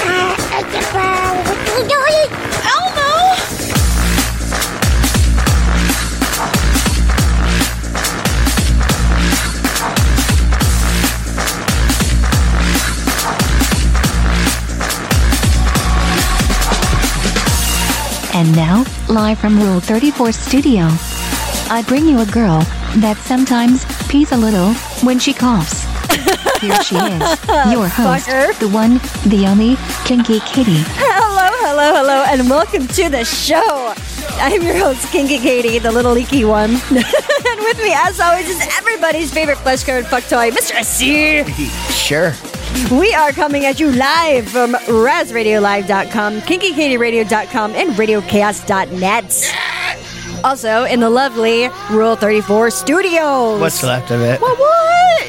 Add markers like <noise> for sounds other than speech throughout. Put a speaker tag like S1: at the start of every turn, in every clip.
S1: uh, what are you doing?
S2: Elmo!
S3: And now, live from Rule 34 Studio, I bring you a girl that sometimes pees a little when she coughs. Here she is, your host,
S4: Fucker.
S3: the one, the only, Kinky Kitty.
S4: Hello, hello, hello, and welcome to the show. I'm your host, Kinky Katie, the little leaky one. <laughs> and with me, as always, is everybody's favorite flesh covered fuck toy, Mr. SC.
S5: Sure.
S4: We are coming at you live from RazRadioLive.com, KinkyKatieRadio.com, and RadioChaos.net. Also in the lovely Rule 34 studios.
S5: What's left of it?
S4: What? what?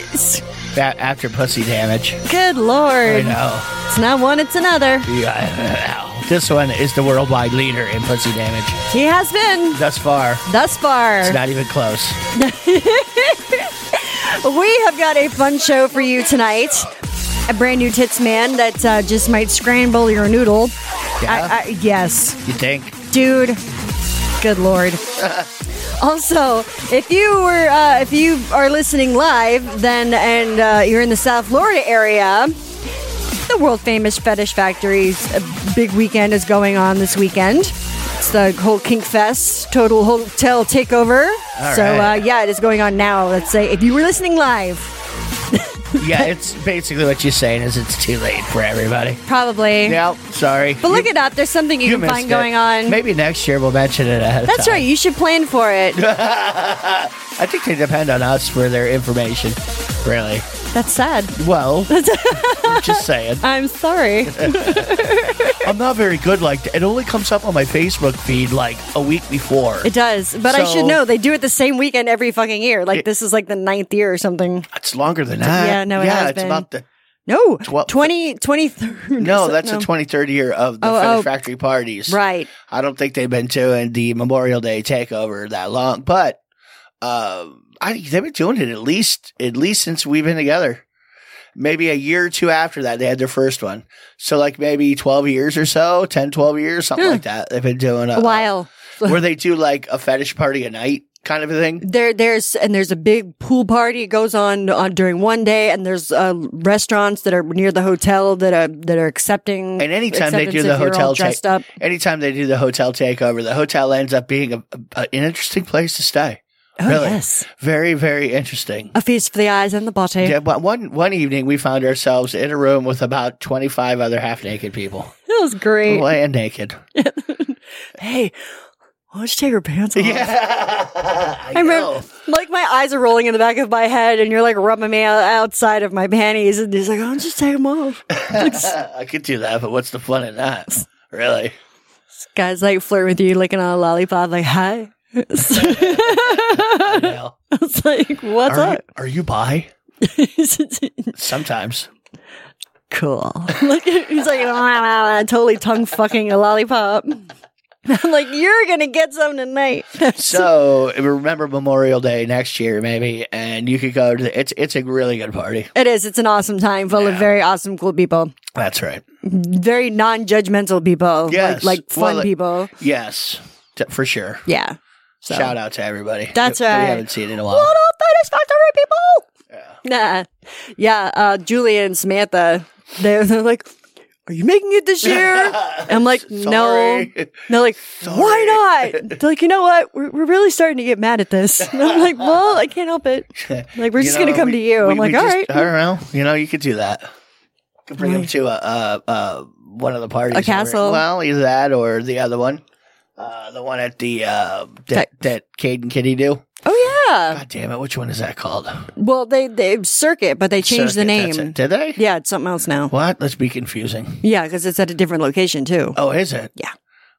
S5: A- after pussy damage.
S4: Good
S5: I
S4: lord.
S5: know.
S4: It's not one, it's another.
S5: Yeah, I know. This one is the worldwide leader in pussy damage.
S4: He has been
S5: Thus far,
S4: thus far.
S5: it's not even close.
S4: We have got a fun show for you tonight. A brand new tits man that uh, just might scramble your noodle.
S5: Yeah?
S4: I, I, yes,
S5: You think?
S4: dude. Good
S5: <laughs>
S4: lord. also, if you were, uh, if you are listening live, then and uh, you're in the South Florida area, the world famous Fetish Factory's uh, big weekend is going on this weekend. It's the whole Kink Fest, total hotel takeover.
S5: All
S4: so
S5: right.
S4: uh, yeah, it is going on now. Let's say if you were listening live. <laughs>
S5: Yeah, it's basically what you're saying is it's too late for everybody.
S4: Probably.
S5: Yep, sorry.
S4: But look it up. There's something you, can
S5: missed
S4: find
S5: it.
S4: going on.
S5: Maybe next year we'll mention it ahead of
S4: That's
S5: time.
S4: right. You should plan for it.
S5: I think they depend on us for their information. Really.
S4: That's sad. <laughs>
S5: Well, just saying.
S4: I'm
S5: <laughs>
S4: sorry.
S5: I'm not very good like that. It only comes up on my Facebook feed like a week before.
S4: It does. But I should
S5: So-
S4: know. They do it the same weekend every fucking year. Like, this is like the ninth year or something.
S5: It's longer than that.
S4: Yeah, no, it
S5: yeah,
S4: has
S5: it's
S4: been.
S5: about the
S4: No.
S5: Twelve-
S4: 20, 23rd. <laughs>
S5: no, that's the 23rd year of the
S4: Oh,
S5: Fetish
S4: oh.
S5: Factory parties.
S4: Right.
S5: I don't think they've been doing the Memorial Day takeover that long, but uh, I think they've been doing it at least at least since we've been together. Maybe a year or two after that, they had their first one. So, like maybe 12 years or so, 10, 12 years, something
S4: Hmm.
S5: like that. They've been doing a
S4: A while.
S5: where they do like a fetish party a night kind of a thing.
S4: There, there's and there's a big pool party goes on on during one day, and there's uh, restaurants that are near the hotel that are that are accepting.
S5: And anytime they do
S4: acceptance
S5: the
S4: if you're all
S5: hotel
S4: dressed
S5: take-
S4: up,
S5: anytime they do the hotel takeover, the hotel ends up being a, a, an interesting place to stay.
S4: Oh,
S5: really,
S4: yes.
S5: very very interesting.
S4: a feast for the eyes and the body.
S5: Yeah, but one one evening we found ourselves in a room with about twenty five other half naked people,
S4: That was great.
S5: laying naked.
S4: Hey, why don't you take your pants off?
S5: Yeah,
S4: <laughs> I
S5: <laughs>
S4: remember,
S5: know.
S4: like my eyes are rolling in the back of my head, and you're like rubbing me out- outside of my panties, and he's like, "Oh, just take them off."
S5: I could do that, but what's the fun
S4: <laughs>
S5: in that? Really?
S4: This <laughs> guy's like flirting with you, licking on a lollipop, like, "Hi." <laughs>
S5: You know?
S4: it's like, "What's
S5: Are you,
S4: up?" <laughs>
S5: are you bi?
S4: <laughs>
S5: Sometimes.
S4: cool. <laughs> Like he's like, "Wah, wah, wah," totally tongue fucking a lollipop. <laughs> I'm like, "You're gonna get some tonight." <laughs>
S5: So remember Memorial Day next year, maybe, and you could go to. The, it's it's a really good party.
S4: it is. It's an awesome time full of very awesome, cool people,
S5: That's right.
S4: very non-judgmental people,
S5: Yes.
S4: like, like fun
S5: Well,
S4: people.
S5: Yes, t- for sure.
S4: Yeah. So.
S5: Shout out to everybody.
S4: That's
S5: that
S4: right.
S5: We haven't seen in a
S4: What
S5: while.
S4: up, satisfactory people? Nah. Yeah, uh, Julia and Samantha, they're, they're like, Are you making it this
S5: <laughs>
S4: year? I'm like, No.
S5: Sorry.
S4: And they're like,
S5: Sorry.
S4: Why not? They're like, You know what? We're, we're really starting to get mad at this.
S5: <laughs>
S4: And I'm like, Well, I can't help it. Like, we're
S5: You
S4: just
S5: know,
S4: going to come
S5: we-
S4: to you.
S5: we-
S4: I'm like,
S5: we
S4: all
S5: just-
S4: right,
S5: I don't know. You know, you could do that. Could bring him to a, a, a one of the parties. over-
S4: castle.
S5: Well, either that or the other one. Uh, the one at the uh, that that Cade and Kitty do.
S4: Oh, yeah.
S5: God damn it! Which one is that called?
S4: Well, they, they circuit, but they changed the
S5: Circuit, that's
S4: name.
S5: it. Did they?
S4: Yeah, it's something else now.
S5: What? Let's be confusing.
S4: Yeah, because it's at a different location, too.
S5: Oh, is it?
S4: Yeah.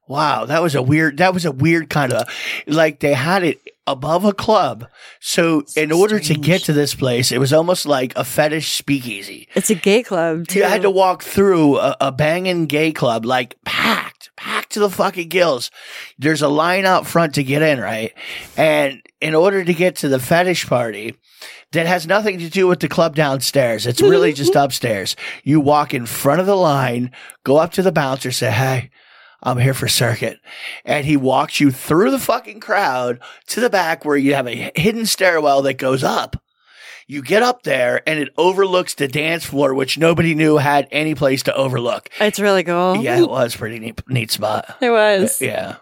S5: Wow, that was a weird. That was a weird kind of like they had it above a club. So in order to get to this place, it was almost like a fetish speakeasy.
S4: It's a gay club, too.
S5: You had to walk through a, a banging gay club, like packed, packed to the fucking gills. There's a line out front to get in, right? And in order to get to the fetish party, that has nothing to do with the club downstairs. It's really just upstairs. You walk in front of the line, go up to the bouncer, say, Hey, I'm here for circuit. And he walks you through the fucking crowd to the back where you have a hidden stairwell that goes up. You get up there and it overlooks the dance floor, which nobody knew had any place to overlook.
S4: It's really cool.
S5: Yeah, it was pretty neat, neat spot.
S4: It was.
S5: Yeah.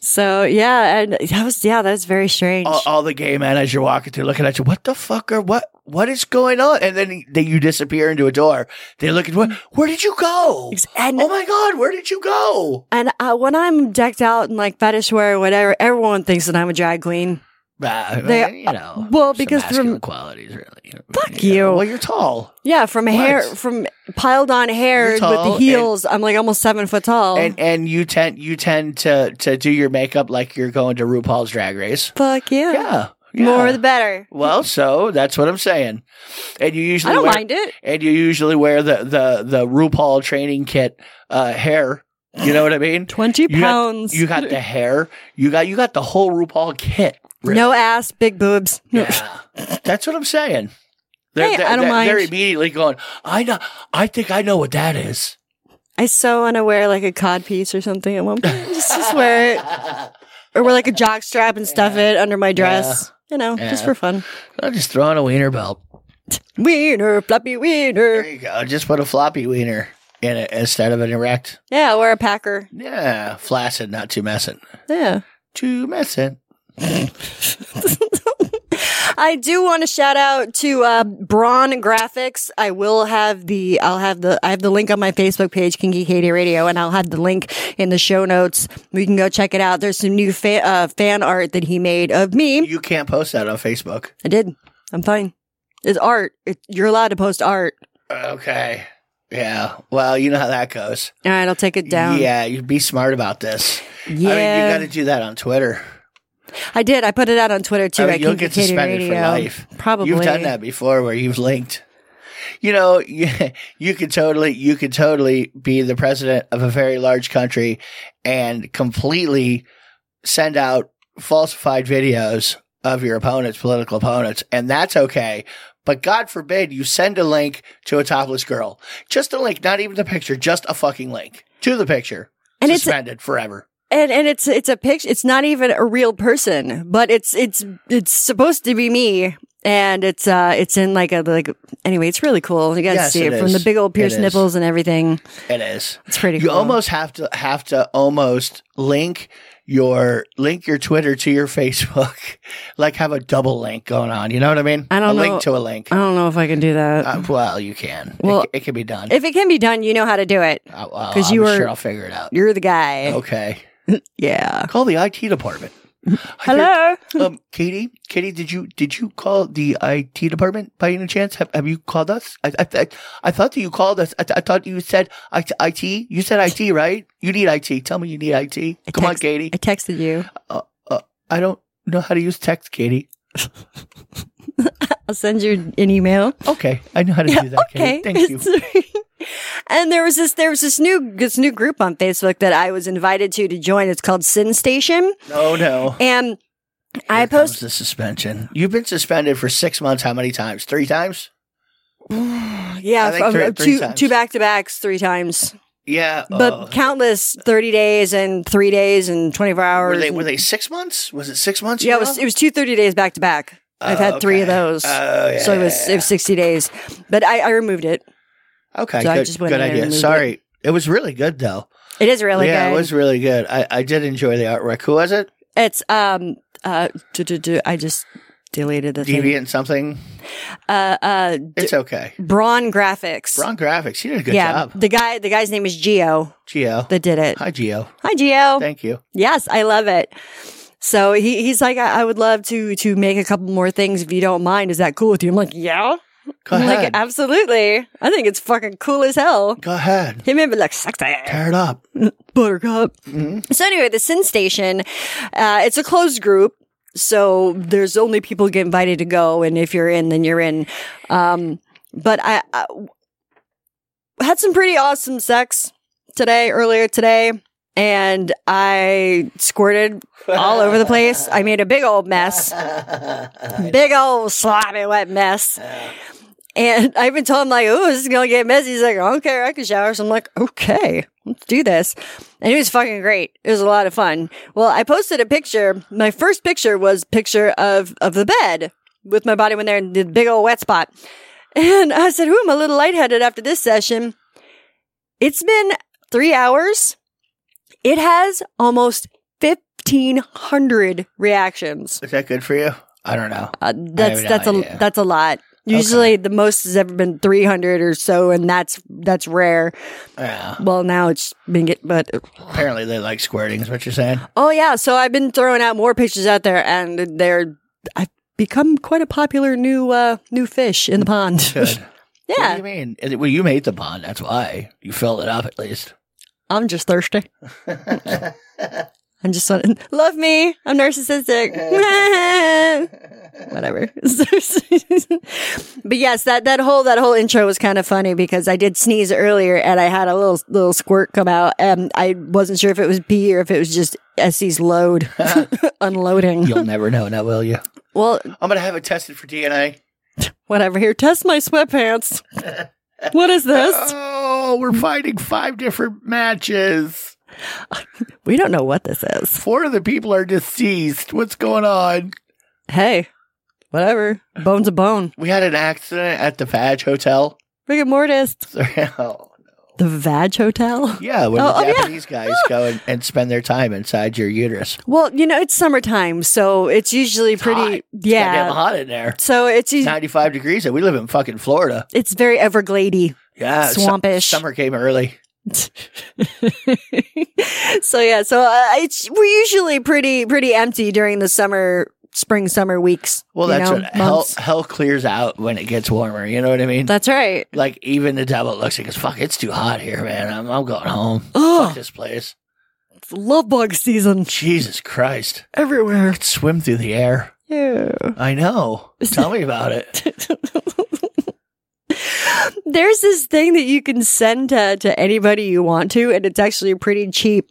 S4: So yeah, and that was yeah, that was very strange.
S5: all, all the gay men as you're walking through looking at you what the fuck are what what is going on and then they, you disappear into a door they look at what where did you go
S4: Ex- and-
S5: oh my god where did you go
S4: and uh, when I'm decked out in like fetish wear or whatever, everyone thinks that I'm a drag queen.
S5: Bah,
S4: They- uh,
S5: you know
S4: well,
S5: some
S4: because from-
S5: masculine qualities really
S4: Fuck
S5: Yeah,
S4: you.
S5: well you're tall
S4: Yeah, from hair,
S5: What?
S4: from piled on hair
S5: You're
S4: with
S5: tall
S4: the
S5: and-
S4: heels, I'm like almost seven foot tall.
S5: and and you tend you tend to to do your makeup like you're going to RuPaul's
S4: <laughs>
S5: Drag Race
S4: Fuck yeah.
S5: yeah, yeah.
S4: more the better.
S5: well so that's what I'm saying and you usually
S4: I don't
S5: wear-
S4: mind it.
S5: and you usually wear the the the RuPaul training kit uh, hair. You know what I mean?
S4: 20
S5: You got-
S4: pounds.
S5: you got the hair. You got you got the whole RuPaul kit. really.
S4: No ass, big boobs. No.
S5: Yeah. that's what I'm saying. They're,
S4: Hey,
S5: they're-
S4: I don't
S5: they're- They're
S4: mind.
S5: immediately going. I know. I think I know what that is.
S4: <laughs> I so want to wear like a cod piece or something at one
S5: <laughs>
S4: point. just, just wear it. Or wear like a jock strap and stuff it under my dress. You know, just
S5: Yeah.
S4: for fun.
S5: I'm just throwing a wiener belt.
S4: Wiener, floppy wiener.
S5: There you go. Just put a floppy wiener in it instead of an erect.
S4: Yeah, wear a packer.
S5: Yeah, flaccid, not too messing.
S4: Yeah.
S5: Too messing.
S4: I do want to shout out to uh, Braun Graphics. I will have the I'll have the I have the link on my Facebook page, Kinky Katie Radio, and I'll have the link in the show notes. We can go check it out. There's some new fa- uh, fan art that he made of me.
S5: You can't post that on Facebook.
S4: I did. I'm fine. It's art. It, you're allowed to post art.
S5: Okay. Yeah. Well, you know how that goes.
S4: All right, I'll take it down.
S5: Yeah, you be smart about this. I mean,
S4: Yeah.
S5: you got to do that on Twitter.
S4: I did. I put it out on Twitter too.
S5: I mean,
S4: at
S5: you'll
S4: Kinky
S5: get
S4: Katie
S5: suspended
S4: Radio.
S5: for life.
S4: Probably.
S5: You've done that before, where you've linked. You know, <laughs> you, you could totally, you could totally be the president of a very large country and completely send out falsified videos of your opponents, political opponents, and that's okay. But God forbid you send a link to a topless girl. Just a link, not even the picture, just a fucking link to the picture.
S4: And it's-
S5: suspended forever.
S4: and and it's it's a picture. It's not even a real person, but it's it's it's supposed to be me. And it's uh it's in like a like anyway it's really cool you guys
S5: Yes,
S4: see it,
S5: it
S4: from the
S5: is.
S4: big old
S5: It
S4: pierced
S5: is.
S4: nipples and everything
S5: It is.
S4: it's pretty
S5: You
S4: cool
S5: almost have to have to almost link your link your Twitter to your Facebook, <laughs> like have a double link going on. You know what I mean?
S4: I don't
S5: a
S4: know.
S5: link to a link.
S4: I don't know if I can do that
S5: Uh, well, you can.
S4: Well,
S5: it, it can be done.
S4: if it can be done you know how to do it
S5: Because
S4: 'cause you
S5: sure
S4: were-
S5: I'll figure it out.
S4: you're the guy
S5: Okay,
S4: yeah
S5: call the IT department.
S4: <laughs> hello
S5: um, Katie, Katie, did you did you call the IT department by any chance? Have, have you called us? I I, I, I thought that you called us. I, th- I thought you said I- IT. You said IT, right? You need IT. Tell me you need IT.
S4: I
S5: Come on,
S4: text-
S5: Katie. Uh,
S4: I texted you
S5: I don't know how to use text, Katie.
S4: I'll send you an email
S5: Okay, I know how to do that.
S4: okay.
S5: Katie.
S4: <laughs>
S5: thank you.
S4: and there was this there was this new this new group on Facebook that I was invited to to join it's called Sin Station
S5: No, no.
S4: and I
S5: Post
S4: post
S5: the suspension. You've been suspended for six months. How many times? Three times.
S4: yeah
S5: I think
S4: from-
S5: three-
S4: uh,
S5: three
S4: two
S5: times.
S4: two back to backs three times
S5: Yeah.
S4: But
S5: uh,
S4: countless 30 days and three days and 24 hours.
S5: were they
S4: and-
S5: were they six months? Was it six months?
S4: yeah,
S5: you
S4: it was,
S5: know?
S4: it was two 30 days back to back. I've
S5: Oh,
S4: had three of
S5: okay.
S4: those.
S5: Oh, yeah,
S4: so it was,
S5: yeah,
S4: it was 60 days. But I, I removed it.
S5: okay.
S4: so I
S5: good
S4: just went in
S5: good
S4: and
S5: idea.
S4: removed
S5: Sorry, it. was really good though.
S4: It is really
S5: yeah,
S4: good.
S5: it was really good. I, I did enjoy the artwork. Who was it?
S4: It's, um, uh, do, do, do, I just deleted the thing.
S5: Deviant something.
S4: Uh, uh, d-
S5: It's okay.
S4: Braun Graphics.
S5: Wrong graphics. He did a good
S4: yeah.
S5: job.
S4: The guy, the guy's name is Geo
S5: Geo.
S4: that did it.
S5: Hi, Geo.
S4: Hi, Geo.
S5: Thank you.
S4: Yes, I love it. So he, he's like, I, I would love to to make a couple more things if you don't mind. Is that cool with you? I'm like, yeah.
S5: Go
S4: I'm
S5: ahead.
S4: like, absolutely. I think it's fucking cool as hell.
S5: Go ahead.
S4: He made me look sexy.
S5: Tear it up.
S4: Buttercup. So anyway, the Sin Station, uh, it's a closed group. So there's only people get invited to go. And if you're in, then you're in. Um, but I, I had some pretty awesome sex today, earlier today. And I squirted all over the place. I made a big old mess. big old sloppy wet mess. And I even told him like, "Ooh, this is gonna get messy." He's like, "I don't care, I can shower." So I'm like, "Okay, let's do this." And it was fucking great. It was a lot of fun. Well, I posted a picture. My first picture was picture of of the bed with my body when there in the big old wet spot. And I said, "Ooh, I'm a little lightheaded after this session." It's been three hours. It has almost fifteen hundred reactions.
S5: Is that good for you? I don't know.
S4: Uh, that's
S5: have no
S4: that's
S5: idea.
S4: a that's a lot. Usually the most has ever been 300 or so and that's that's rare.
S5: Yeah.
S4: Well, now it's been get but
S5: Apparently they like squirting. Is what you're <laughs> saying?
S4: oh yeah, so I've been throwing out more pictures out there and they're I've become quite a popular new uh new fish in the
S5: <laughs>
S4: pond.
S5: Good. What do
S4: yeah,
S5: you mean? Is it- Well, you made the pond. That's why you filled it up at least.
S4: I'm just thirsty. I'm just wanting <laughs> love me. I'm narcissistic. Whatever. <laughs> but yes, that that whole that whole intro was kind of funny because I did sneeze earlier and I had a little little squirt come out and I wasn't sure if it was pee or if it was just Essie's load <laughs> unloading. <laughs>
S5: You'll never know now, will you?
S4: Well,
S5: I'm gonna have it tested for DNA.
S4: whatever. Here, test my sweatpants. What is
S5: <laughs>
S4: this?
S5: Oh, we're fighting five different matches.
S4: We don't know what this is.
S5: Four of the people are deceased. What's going on?
S4: Hey, whatever. Bone's a bone.
S5: We had an accident at the Fadge Hotel. <laughs>
S4: Rigor mortis.
S5: Sorry. Oh,
S4: The Vag Hotel.
S5: yeah, when
S4: Oh, oh,
S5: the
S4: yeah.
S5: Japanese guys go and, and spend their time inside your uterus.
S4: Well, you know, it's summertime, so it's usually pretty.
S5: hot. Goddamn
S4: Yeah.
S5: hot in there.
S4: So it's us-
S5: 95 degrees, and we live in fucking Florida.
S4: it's very Everglady. <laughs>
S5: Yeah, su-
S4: Swampish.
S5: summer came early.
S4: so yeah, so uh, it's we're usually pretty pretty empty during the summer, spring summer weeks.
S5: Well,
S4: you
S5: that's
S4: know,
S5: what hell,
S4: months.
S5: hell clears out when it gets warmer. You know what I mean?
S4: That's right.
S5: like even the devil looks and goes, "Fuck, it's too hot here, man. I'm, I'm going home.
S4: Oh,
S5: Fuck this place.
S4: it's love bug season
S5: Jesus Christ,
S4: everywhere.
S5: I could swim through the air.
S4: Yeah. <laughs>
S5: I know. Tell me about it.
S4: <laughs> There's this thing that you can send to, to anybody you want to, and it's actually pretty cheap.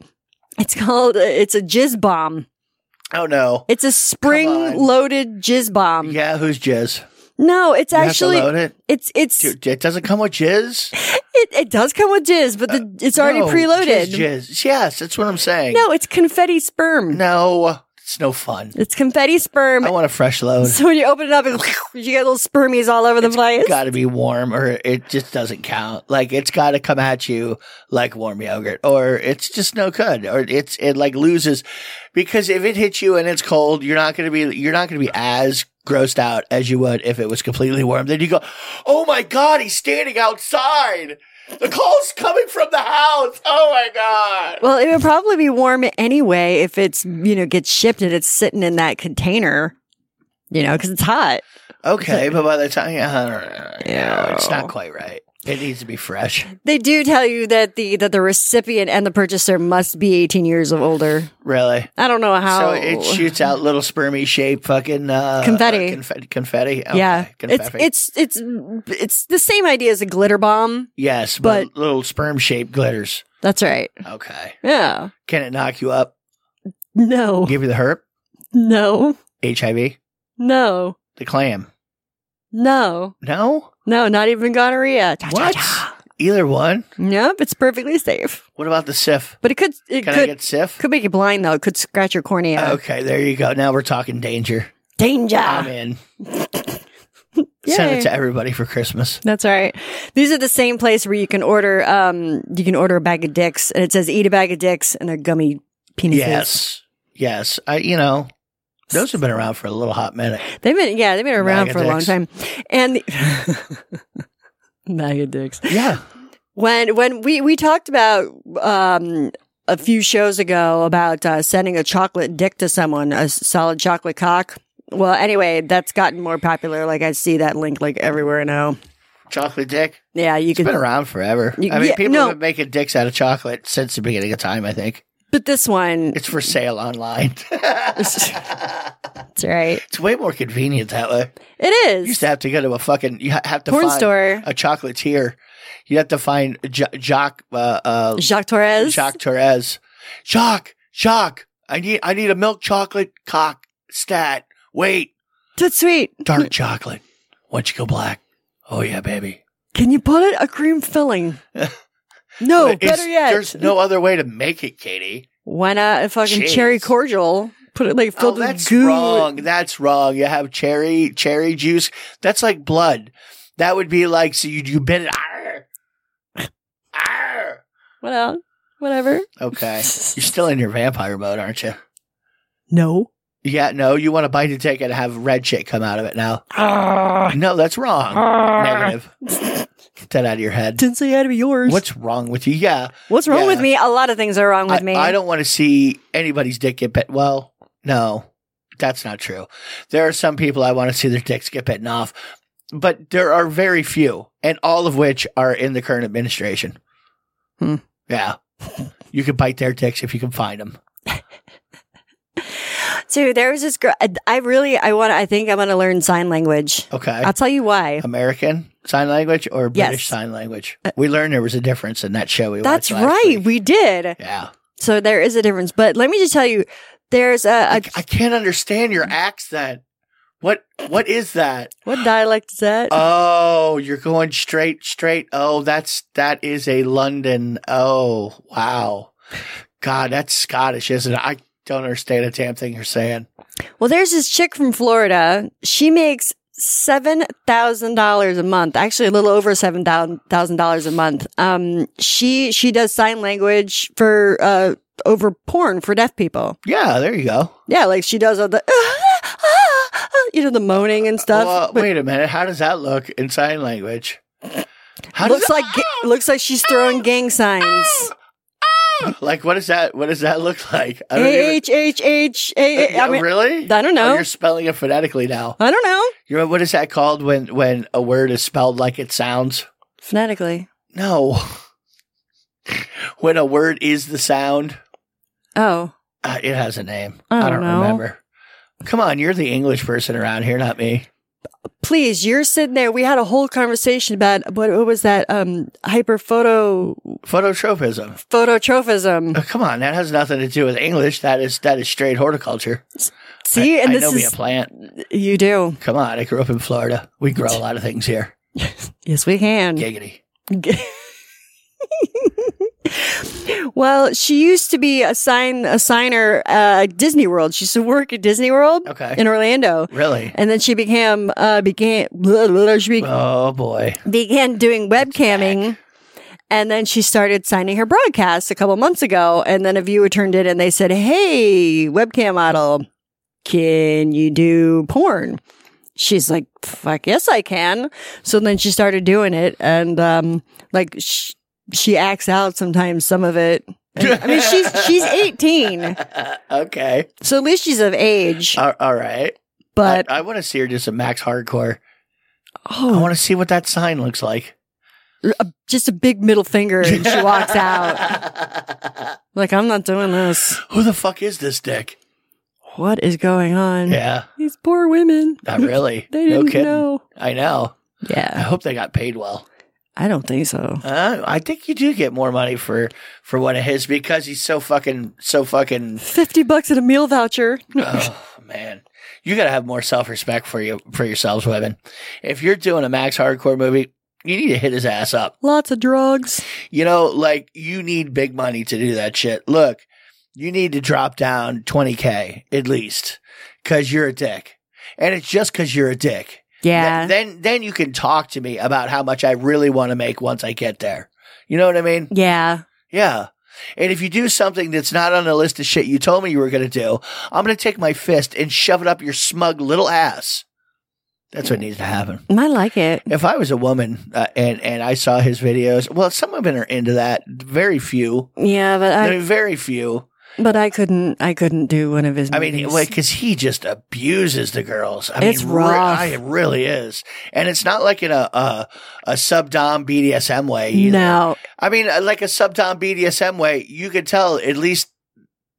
S4: It's called uh, it's a jizz bomb.
S5: Oh no.
S4: It's a spring loaded jizz bomb.
S5: Yeah, who's jizz?
S4: No, it's
S5: You have to
S4: actually
S5: load it?
S4: it's it's
S5: Dude, it doesn't come with jizz.
S4: it, it does come with jizz, but the, it's already
S5: Uh, No,
S4: preloaded.
S5: Jizz, jizz. Yes, that's what I'm saying.
S4: No, it's confetti sperm.
S5: no, it's no fun.
S4: It's confetti sperm.
S5: I want a fresh load.
S4: Um, So when you open it up, <laughs> it, you get little spermies all over the place.
S5: Got to be warm, or it just doesn't count. Like it's got to come at you like warm yogurt, or it's just no good, or it's it like loses because if it hits you and it's cold, you're not gonna be you're not gonna be as grossed out as you would if it was completely warm. Then you go, oh my god, he's standing outside. The cold's coming from the house. Oh my god.
S4: Well, it would probably be warm anyway if it's you know gets shipped and it's sitting in that container. You know, because it's hot.
S5: Okay, but by the time yeah, it's not quite right. It needs to be fresh.
S4: They do tell you that the that the recipient and the purchaser must be eighteen years or older.
S5: Really.
S4: I don't know how.
S5: So it shoots out little spermy shaped fucking uh,
S4: Oh. Confetti.
S5: Confetti. confetti. Okay.
S4: yeah,
S5: Confetti.
S4: it's it's it's it's the same idea as a glitter bomb.
S5: yes, but,
S4: but-
S5: little sperm shaped glitters.
S4: That's right.
S5: Okay.
S4: Yeah.
S5: Can it knock you up?
S4: No.
S5: Give you the herp?
S4: No.
S5: HIV?
S4: No.
S5: The clam?
S4: No.
S5: No?
S4: No, not even gonorrhea.
S5: What? Either one.
S4: Nope, it's perfectly safe.
S5: What about the SIF?
S4: But it could it
S5: Can I
S4: could
S5: get Oh, SIF?
S4: could make you blind though. It could scratch your cornea.
S5: Okay, there you go. Now we're talking danger.
S4: Danger. <laughs>
S5: I'm in. Send
S4: Ah. Yay.
S5: it to everybody for Christmas.
S4: That's all right. These are the same place where you can order um you can order a bag of dicks and it says eat a bag of dicks and they're gummy penises.
S5: Yes. Yes. I you know, those have been around for a little hot minute.
S4: They've been yeah, they've been around
S5: of
S4: for a long
S5: dicks.
S4: time. And the- bag of dicks. <laughs>
S5: Yeah.
S4: When when we we talked about um a few shows ago about uh, sending a chocolate dick to someone, a solid chocolate cock. Well, anyway, that's gotten more popular. Like I see that link like everywhere now.
S5: Chocolate dick.
S4: Yeah, you
S5: It's
S4: could
S5: been around forever.
S4: You-
S5: I mean,
S4: yeah,
S5: people
S4: no.
S5: have been making dicks out of chocolate since the beginning of time, I think.
S4: But this
S5: <laughs>
S4: one, <laughs>
S5: It's for sale online. <laughs>
S4: that's right.
S5: it's way more convenient that way.
S4: It
S5: You
S4: is.
S5: used to have to go to a fucking, you ha- have to
S4: Porn
S5: find
S4: store.
S5: a chocolatier. You have to find J- Jacques, uh, uh,
S4: Jacques Torres.
S5: Jacques Torres. Jacques, Jacques, I need, I need a milk chocolate cock stat. Wait,
S4: That's sweet. <laughs>
S5: dark chocolate. Once you go black. Oh yeah, baby.
S4: Can you put it a cream
S5: <laughs>
S4: filling? No,
S5: But it's-
S4: Oh, better yet.
S5: There's no other way to make it, Katie.
S4: Why not a fucking cherry
S5: Jeez.
S4: cordial? Put it like
S5: Oh,
S4: filled with
S5: that's
S4: goo.
S5: wrong. That's wrong. You have cherry, cherry juice. That's like blood. That would be like, so you, you bend it. Arr, arr.
S4: What else? Whatever.
S5: Okay. You're still in your vampire mode, aren't you?
S4: No.
S5: Yeah, no, you want to bite the ticket and have red shit come out of it now. no, that's wrong. Negative. Get that out of your head.
S4: Didn't say it had to be yours.
S5: What's wrong with you? Yeah.
S4: What's wrong
S5: yeah.
S4: with me? A lot of things are wrong with
S5: I,
S4: me.
S5: I don't want to see anybody's dick get bit. Well, no, that's not true. There are some people I want to see their dicks get bitten off, but there are very few, and all of which are in the current administration.
S4: Hmm.
S5: Yeah. <laughs> You can bite their dicks if you can find them.
S4: Dude, there was this girl. I, I really, I want. to I think I'm gonna learn sign language.
S5: Okay.
S4: I'll tell you why.
S5: American sign language or
S4: Yes. Uh,
S5: British sign language? We learned there was a difference in that show we
S4: That's
S5: watched. last
S4: right.
S5: week.
S4: We did.
S5: Yeah.
S4: So there is a difference. But let me just tell you, there's a, a
S5: I, I can't understand your accent. What what is that?
S4: what dialect is that?
S5: Oh, you're going straight, straight. Oh, that's that is a London. Oh, wow. God, that's Scottish, isn't it? I don't understand a damn thing you're saying.
S4: Well, there's this chick from Florida. She makes seven thousand dollars a month. Actually, a little over seven thousand dollars a month. Um, she she does sign language for uh over porn for deaf people.
S5: Yeah, there you go.
S4: Yeah, like she does all the <laughs> you know the moaning and stuff.
S5: Well,
S4: but
S5: wait a minute. How does that look in sign language? How does
S4: looks like ga- looks like she's throwing gang signs.
S5: that, <gasps> like what is that? What does that look like? I
S4: A
S5: don't even-
S4: H H H A.
S5: Yeah,
S4: I mean,
S5: really?
S4: I don't know.
S5: Oh, you're spelling it phonetically now.
S4: I don't know
S5: You know what is that called when when a word is spelled like it sounds?
S4: phonetically.
S5: No. <laughs> when a word is the sound.
S4: Oh,
S5: Uh, it has a name.
S4: I
S5: I
S4: don't
S5: don't,
S4: know.
S5: remember. Come on, you're the English person around here, not me.
S4: please, you're sitting there. We had a whole conversation about what, what was that? Um, hyperphoto
S5: Phototropism.
S4: phototrophism.
S5: Oh, come on, that has nothing to do with English. That is that is straight horticulture.
S4: See,
S5: I,
S4: and
S5: I
S4: this
S5: know me a
S4: is
S5: plant.
S4: you do.
S5: Come on, I grew up in Florida. We grow a lot of things here.
S4: Yes, we can.
S5: Giggity.
S4: Well, she used to be a sign a signer uh, at Disney World. She used to work at Disney World
S5: Okay.
S4: in Orlando.
S5: Really?
S4: And then she became <laughs> uh, began blah, blah, blah, she be-
S5: Oh boy.
S4: began doing webcamming, and then she started signing her broadcasts a couple months ago. And then a viewer turned in and they said, "Hey, webcam model, can you do porn?" She's like, "Fuck yes, I can." So then she started doing it, and um, like sh- she acts out sometimes some of it. And- I mean, she's she's eighteen,
S5: Okay.
S4: so at least she's of age.
S5: All, all right.
S4: But
S5: I, I want to see her do some max hardcore. I
S4: oh,
S5: want to see what that sign looks like.
S4: just a big middle finger, and she walks out. Like I'm not doing this.
S5: Who the fuck is this dick?
S4: What is going on?
S5: Yeah,
S4: These poor women.
S5: not really.
S4: Mm. <laughs> They
S5: no
S4: didn't
S5: kidding.
S4: know.
S5: I know. I
S4: Yeah.
S5: hope they got paid well.
S4: I don't think so.
S5: Uh, I think you do get more money for for one of his because he's so fucking so fucking.
S4: 50 bucks at a meal voucher.
S5: Oh man, you gotta have more self respect for you for yourselves, women. If you're doing a Max Hardcore movie, You need to hit his ass up.
S4: Lots of drugs.
S5: You know, like you need big money to do that shit. Look, you need to drop down 20K at least because you're a dick. And it's just because you're a dick.
S4: Yeah.
S5: Th- then, then you can talk to me about how much I really want to make once I get there. You know what I mean?
S4: yeah.
S5: Yeah. And if you do something that's not on the list of shit you told me you were going to do, I'm going to take my fist and shove it up your smug little ass. That's what needs to happen.
S4: Mm, I like it.
S5: If I was a woman uh, and and I saw his videos, well, some women are into that. Very few.
S4: Yeah, but
S5: I
S4: I
S5: mean, very few.
S4: but I couldn't I couldn't do one of his.
S5: I mean,
S4: movies.
S5: like, because he just abuses the girls. I
S4: It's
S5: mean, re-
S4: rough.
S5: I- it really is, and it's not like in a a, a sub dom BDSM way. Either.
S4: no,
S5: I mean, uh, like a sub dom BDSM way, you could tell at least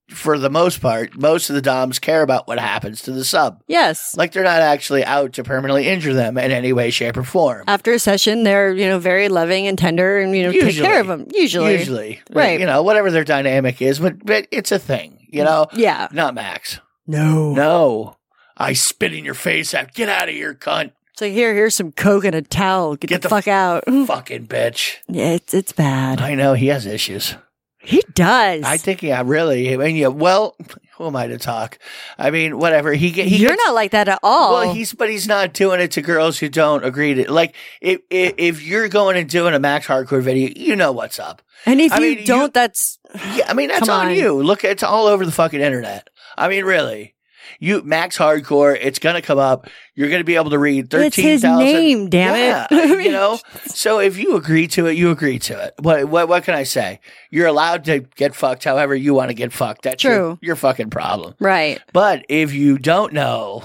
S5: for the most part, most of the doms care about what happens to the sub.
S4: yes.
S5: Like they're not actually out to permanently injure them in any way, shape, or form.
S4: After a session, they're you know very loving and tender, and you know take
S5: Usually.
S4: care of them usually.
S5: Usually,
S4: Right.
S5: You know, whatever their dynamic is, but but it's a thing. You know,
S4: Yeah.
S5: not Max.
S4: No.
S5: No, I spit in your face out. Get out of here, cunt.
S4: So here, here's some coke and a towel. Get,
S5: Get
S4: the,
S5: the
S4: fuck out.
S5: Fucking bitch.
S4: <laughs> Yeah, it's it's bad.
S5: I know he has issues.
S4: He does.
S5: I think, yeah, really. I mean, yeah, well, <laughs> who am I to talk? I mean, whatever. He, get- he
S4: You're
S5: gets-
S4: not like that at all.
S5: Well, he's but he's not doing it to girls who don't agree to like if if, if you're going and doing a max hardcore video, you know what's up.
S4: and if
S5: I
S4: you
S5: mean, you-
S4: don't, that's
S5: Yeah, I mean that's
S4: Come
S5: on.
S4: on.
S5: you. Look, it's all over the fucking internet. I mean, really. You max hardcore, it's gonna come up. You're gonna be able to read
S4: It's
S5: thirteen
S4: his
S5: thousand.
S4: name, damn it.
S5: you
S4: <laughs>
S5: know. So if you agree to it, you agree to it. What what what can I say? You're allowed to get fucked however you want to get fucked. That's your-
S4: True.
S5: your fucking problem.
S4: right.
S5: But if you don't know,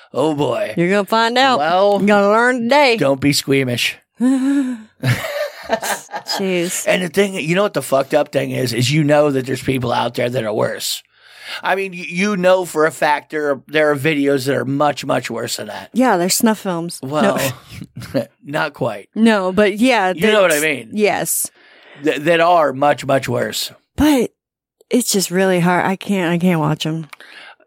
S5: <laughs> oh boy,
S4: You're gonna find out.
S5: Well-
S4: you're gonna learn today.
S5: don't be squeamish.
S4: Jeez.
S5: And the thing, you know what the fucked up thing is, is you know that there's people out there that are worse. I mean, you, you know for a fact there are, there are videos that are much much worse than that.
S4: Yeah, they're snuff films.
S5: Well, <laughs> not quite.
S4: <laughs> no, no, but yeah,
S5: You know what I
S4: that's-
S5: mean.
S4: Yes.
S5: Th- that are much much worse.
S4: but it's just really hard. I can't. I can't watch them.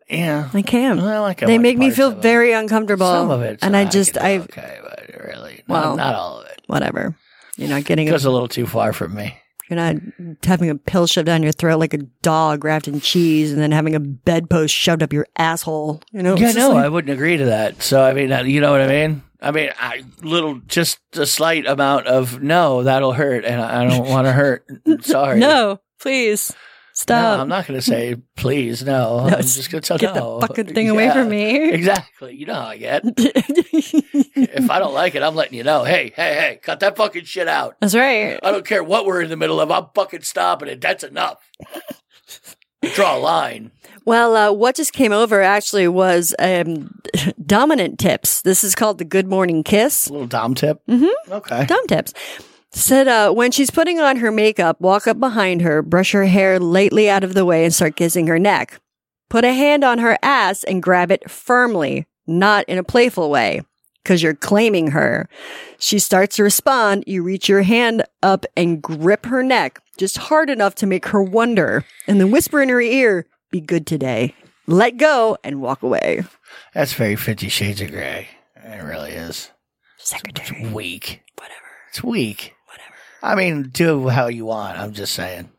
S5: Yeah.
S4: I can't.
S5: Well, I can
S4: they
S5: watch
S4: make me
S5: parts
S4: feel
S5: of it.
S4: very uncomfortable.
S5: Some of it,
S4: and I just, I
S5: okay, but really, no,
S4: Well-
S5: not all of it.
S4: whatever. You're not getting.
S5: It
S4: A,
S5: goes a little too far from me.
S4: you're not having a pill shoved down your throat like a dog wrapped in cheese, and then having a bedpost shoved up your asshole. You know?
S5: Yeah,
S4: It's just
S5: no,
S4: like-
S5: I wouldn't agree to that. So I mean, uh, you know what I mean. I mean, I little, just a slight amount of no, that'll hurt, and I, I don't want
S4: <laughs>
S5: to hurt. Sorry,
S4: no, please stop.
S5: No, I'm not going to say please. No, I'm just going to tell
S4: get
S5: no.
S4: the fucking
S5: <laughs>
S4: thing away
S5: Yeah,
S4: from me.
S5: Exactly. You know how I get. if I don't like it, I'm letting you know. Hey, hey, hey, cut that fucking shit out.
S4: <laughs> That's right.
S5: I don't care what we're in the middle of. I'm fucking stopping it. That's enough. Draw a line.
S4: Well, uh, what just came over actually was um, <laughs> dominant tips. This is called the Good Morning Kiss.
S5: little dom tip. Mm-hmm. Okay.
S4: Dumb tips. Said uh, when she's putting on her makeup, walk up behind her, brush her hair lightly out of the way, and start kissing her neck. Put a hand on her ass and grab it firmly, not in a playful way, because you're claiming her. She starts to respond. You reach your hand up and grip her neck, just hard enough to make her wonder, and then whisper in her ear, "Be good today." Let go and walk away.
S5: That's very Fifty Shades of Grey. It really is.
S4: Secretary,
S5: Weak.
S4: whatever,
S5: It's weak.
S4: whatever.
S5: I mean, do how you want. I'm just saying.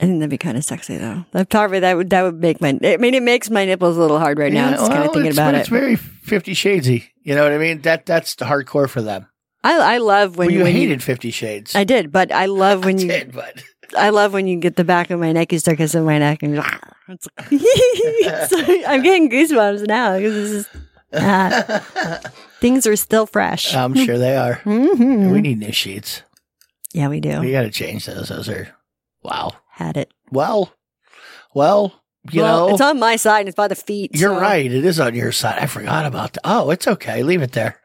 S4: I think that'd be kind of sexy though. That probably that would that would make my. I mean, it makes my nipples a little hard right now.
S5: Yeah,
S4: just kind
S5: well,
S4: of thinking
S5: it's-
S4: about
S5: but
S4: it.
S5: It's very Fifty Shadesy. You know what I mean? That that's the hardcore for them.
S4: I I love when
S5: Well, you
S4: when
S5: hated Fifty Shades.
S4: I did, but I love
S5: <laughs>
S4: when you.
S5: did, but
S4: I love when you get the back of my neck. You start kissing my neck, and you're like, "Ah." it's like- <laughs> it's like- I'm getting goosebumps now because this is.
S5: <laughs>
S4: ah. things are still fresh.
S5: I'm sure they are.
S4: <laughs> hmm
S5: Uh, We need new sheets.
S4: Yeah, we do.
S5: We got to change those. Those are wow.
S4: Had it.
S5: Well, well, you
S4: well,
S5: know,
S4: it's on my side. and It's by the feet.
S5: you're
S4: so-
S5: right. It is on your side. I forgot about that. Oh, it's okay. Leave
S4: <laughs>
S5: it there.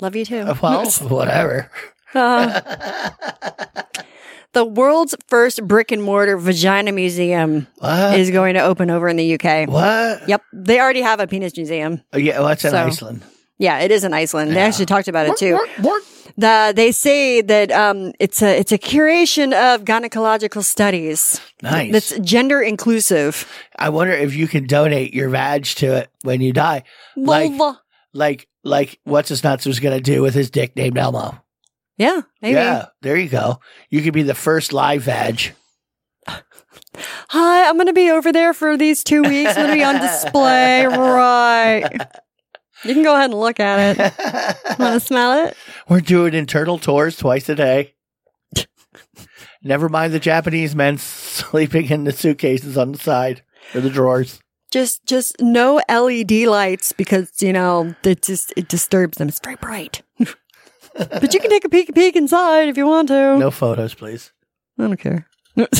S4: Love you too.
S5: Uh, Well, whatever.
S4: Uh, the world's first brick and mortar vagina museum
S5: What?
S4: is going to open over in the UK.
S5: what?
S4: Yep, they already have a penis museum.
S5: Oh, Yeah, well, that's in
S4: So-
S5: Iceland.
S4: Yeah, it is in Iceland. They actually talked about it too.
S5: What?
S4: The, they say that um, it's a it's a curation of gynecological studies
S5: Nice.
S4: that's gender inclusive.
S5: I wonder if you can donate your vag to it when you die. Like,
S4: Vulva.
S5: like, like what's his nuts was going to do with his dick named Elmo.
S4: Yeah, maybe.
S5: Yeah, there you go. You could be the first live veg.
S4: Hi, I'm going to be over there for these two weeks. I'm going to be on
S5: <laughs>
S4: display. Right. You can go ahead and look at it.
S5: <laughs>
S4: Want to smell it?
S5: We're doing internal tours twice a day. Never mind the Japanese men sleeping in the suitcases on the side or the drawers.
S4: Just, just no LED lights because you know it just it disturbs them. It's very bright. <laughs> but you can take a peek, peek inside if you want to.
S5: No photos, please.
S4: I don't care. <laughs> but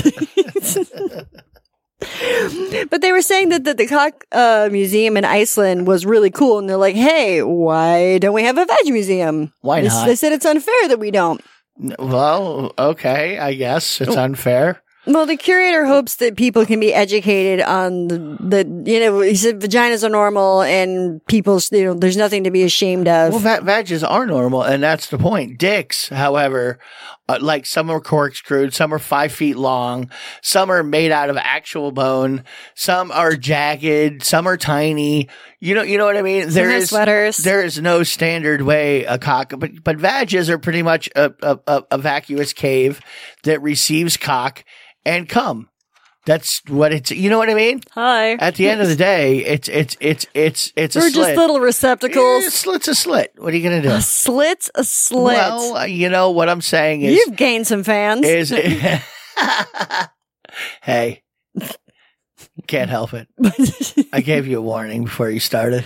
S4: they were saying that the, the cock uh, museum in Iceland was really cool, and they're like, "Hey, why don't we have a veg museum?
S5: Why
S4: They s-
S5: not?
S4: They, said it's unfair that we don't.
S5: N- Well, okay, I guess it's unfair.
S4: Well, the curator hopes that people can be educated on the, the you know, he said vaginas are normal, and people, s- you know, there's nothing to be ashamed of.
S5: Well, va- vages are normal, and that's the point. Dicks, however, uh, like some are corkscrewed, some are five feet long, some are made out of actual bone, some are jagged, some are tiny. You know, you know what I mean. There
S4: have
S5: is
S4: sweaters.
S5: there is no standard way a cock, but but vages are pretty much a a, a, a vacuous cave that receives cock and cum. That's what it's. You know what I mean.
S4: Hi,
S5: At the end of the day, it's it's it's it's it's a
S4: we're
S5: slit.
S4: just little
S5: Yeah,
S4: receptacles.
S5: slit's a slit. What are you gonna do?
S4: A slit, a slit.
S5: Well, uh, you know what I'm saying is
S4: You've gained some fans.
S5: is <laughs> hey, can't help it.
S4: <laughs>
S5: I gave you a warning before you started.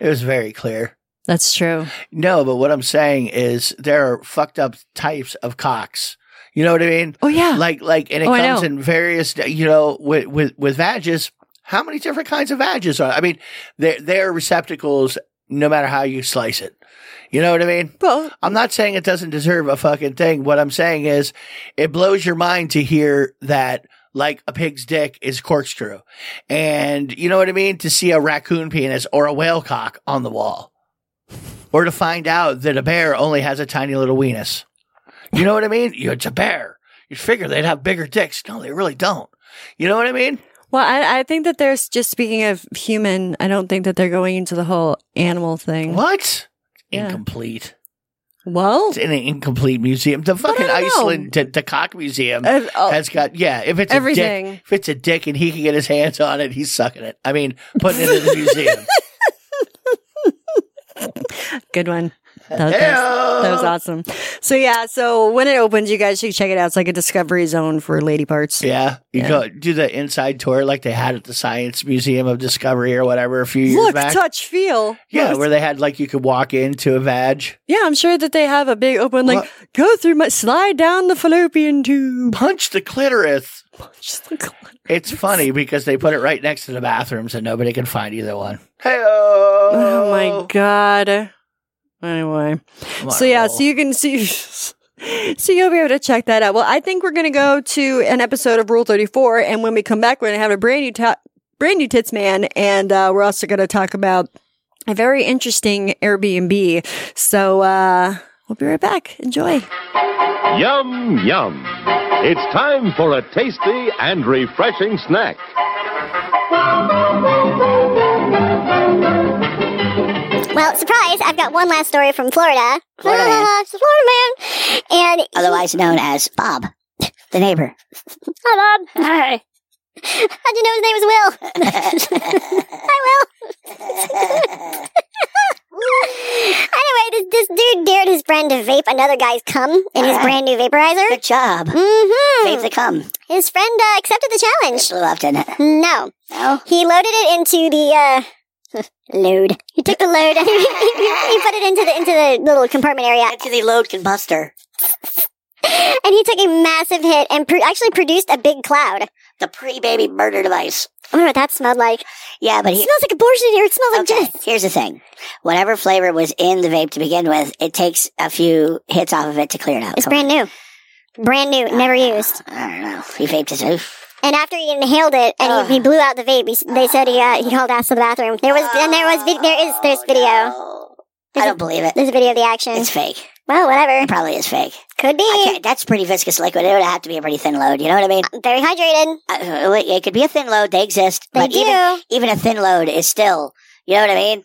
S5: It was very clear.
S4: That's true.
S5: No, but what I'm saying is there are fucked up types of cocks. You know what I mean?
S4: Oh yeah.
S5: Like like, and it
S4: Oh, I
S5: comes
S4: know.
S5: in various. You know, with with with vages, how many different kinds of vages are? I mean, they they are receptacles. No matter how you slice it, you know what I mean.
S4: well,
S5: I'm not saying it doesn't deserve a fucking thing. What I'm saying is it blows your mind to hear that like a pig's dick is corkscrew. And you know what I mean? To see a raccoon penis or a whale cock on the wall. Or to find out that a bear only has a tiny little weenus. You know what I mean? You- It's a bear. You'd figure they'd have bigger dicks. No, they really don't. You know what I mean?
S4: Well, I, I think that there's just speaking of human, I don't think that they're going into the whole animal thing.
S5: What?
S4: Yeah.
S5: Incomplete.
S4: Well,
S5: It's in an incomplete museum. The
S4: I
S5: fucking
S4: don't know.
S5: Iceland, the, the cock museum.
S4: I've- oh,
S5: has got yeah. If it's a
S4: Everything.
S5: dick, if it's a dick and he can get his hands on it, he's sucking it. I mean, putting it in
S4: <laughs>
S5: the museum.
S4: good one. That was, that was- that was awesome. So yeah, so when it opens, you guys should check it out. It's like a discovery zone for lady parts.
S5: Yeah, you
S4: Yeah.
S5: go do the inside tour like they had at the Science Museum of Discovery or whatever a few years
S4: Look,
S5: back.
S4: touch, feel.
S5: yeah,
S4: Look.
S5: where they had like you could walk into a vag,
S4: yeah. I'm sure that they have a big open like
S5: What?
S4: go through my slide down the fallopian tube. <laughs>
S5: punch the clitoris.
S4: Just like-
S5: It's funny because they put it right next to the bathrooms and nobody can find either one. Hey,
S4: Oh my god. Anyway. So yeah, so you can see. <laughs> So you'll be able to check that out. Well, I think we're going to go to an episode of Rule Thirty Four, and when we come back, we're going to have a brand new ta- brand new tits man, and uh, we're also going to talk about a very interesting Airbnb. So uh, we'll be right back. Enjoy.
S6: Yum, yum. It's time for a tasty and refreshing snack.
S1: Well, surprise, I've got one last story from Florida.
S7: Florida man.
S1: <laughs> It's a Florida man. And
S7: otherwise known as Bob, the neighbor.
S1: Hi,
S7: <laughs>
S1: Bob. Hi. <laughs> How'd you know his name was Will? Hi,
S7: <laughs>
S1: Will. anyway, this, this dude dared his friend to vape another guy's cum in his brand new vaporizer.
S7: Uh-huh. Good job. Save
S1: Mm-hmm.
S7: the cum.
S1: His friend uh, accepted the challenge.
S7: Little left in it.
S1: No.
S7: No?
S1: He loaded it into the, uh... <laughs> Load. He took the load <laughs> and he, he- he put it into the into the little compartment area,
S7: To the load combuster.
S1: and he took a massive hit and pro- actually produced a big cloud. I
S7: The pre-baby murder device.
S1: wonder what that smelled like.
S7: Yeah, but
S1: It
S7: he,
S1: smells like abortion in here. It smells like
S7: okay,
S1: jizz.
S7: here's the thing. Whatever flavor was in the vape to begin with, it takes a few hits off of it to clear it out.
S1: It's
S7: Come
S1: brand new. Brand new, never used.
S7: on. I don't know. He vaped his oof.
S1: And after he inhaled it and he, he blew out the vape, he, s- they said he uh, he hauled ass to the bathroom. There was and there was vid- there is there's video.
S7: Oh,
S1: There's
S7: I
S1: a-
S7: don't believe it.
S1: There's a video of the action.
S7: It's fake.
S1: well,
S7: It
S1: whatever.
S7: probably is fake.
S1: Could
S7: I
S1: be
S7: can't, that's pretty viscous liquid. It would have to be a pretty thin load. You know what I mean?
S1: very hydrated.
S7: Uh, it could be a thin load. They exist.
S1: They
S7: but
S1: do.
S7: Even, even a thin load is still, you know what I mean?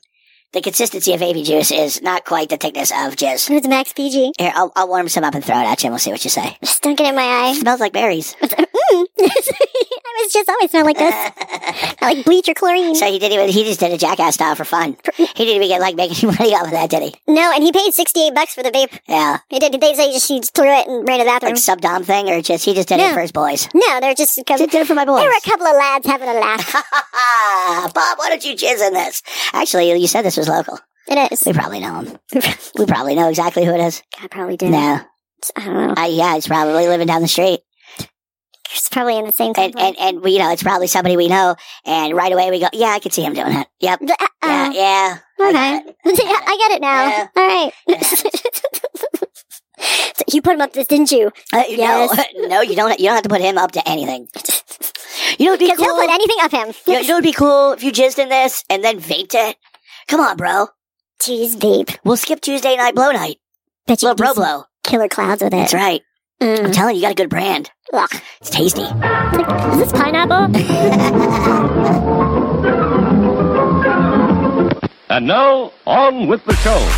S7: The consistency of baby juice is not quite the thickness of jizz.
S1: What if it's max PG?
S7: Here, I'll, I'll warm some up and throw it at you and we'll see what you say.
S1: Just don't get it in my eye.
S7: It smells like berries.
S1: Mm. <laughs> I was just always smell like
S7: <laughs>
S1: this. I like bleach or chlorine.
S7: So he didn't even, he just did a jackass style for fun. He didn't even get like making <laughs> any money off of that, did he?
S1: No, and he paid sixty-eight bucks for the vape.
S7: Yeah.
S1: He did. They say he just, he just threw it and ran to the bathroom.
S7: Uh. Like sub dom thing or just, he just did it
S1: No.
S7: for his boys.
S1: no, they're just a couple.
S7: Just did it for my boys.
S1: There were a couple of lads having a
S7: <laughs>
S1: laugh.
S7: ah, Bob, why don't you jizz in this? Actually, you said this was local.
S1: It is.
S7: We probably know him. <laughs> we probably know exactly who it is.
S1: I probably did.
S7: No.
S1: I don't know.
S7: Uh, yeah, it's probably living down the street.
S1: It's probably in the same.
S7: And, and, and we, you know, it's probably somebody we know. And right away we go, yeah, I can see him doing that. Yep.
S1: Uh,
S7: Yeah, yeah. I
S1: okay.
S7: got
S1: <laughs>
S7: it.
S1: Yeah, I get it now.
S7: Yeah.
S1: All right. <laughs> So you put him up this, didn't you?
S7: Uh, you
S1: <laughs>
S7: No, no, you don't. You don't have to put him up to anything. <laughs> You know, it'd be
S1: Because he'll
S7: cool.
S1: put anything up him.
S7: You know, you know it'd be cool if you jizzed in this and then vaped it. Come on, bro.
S1: Jeez, babe.
S7: We'll skip Tuesday night blow night.
S1: Bet you
S7: Little
S1: could do
S7: bro
S1: some
S7: blow.
S1: killer clouds with it.
S7: That's right. I'm
S1: Mm.
S7: telling you, you got a good brand.
S1: Ugh.
S7: It's tasty.
S1: Is this pineapple?
S6: And now, on with the show.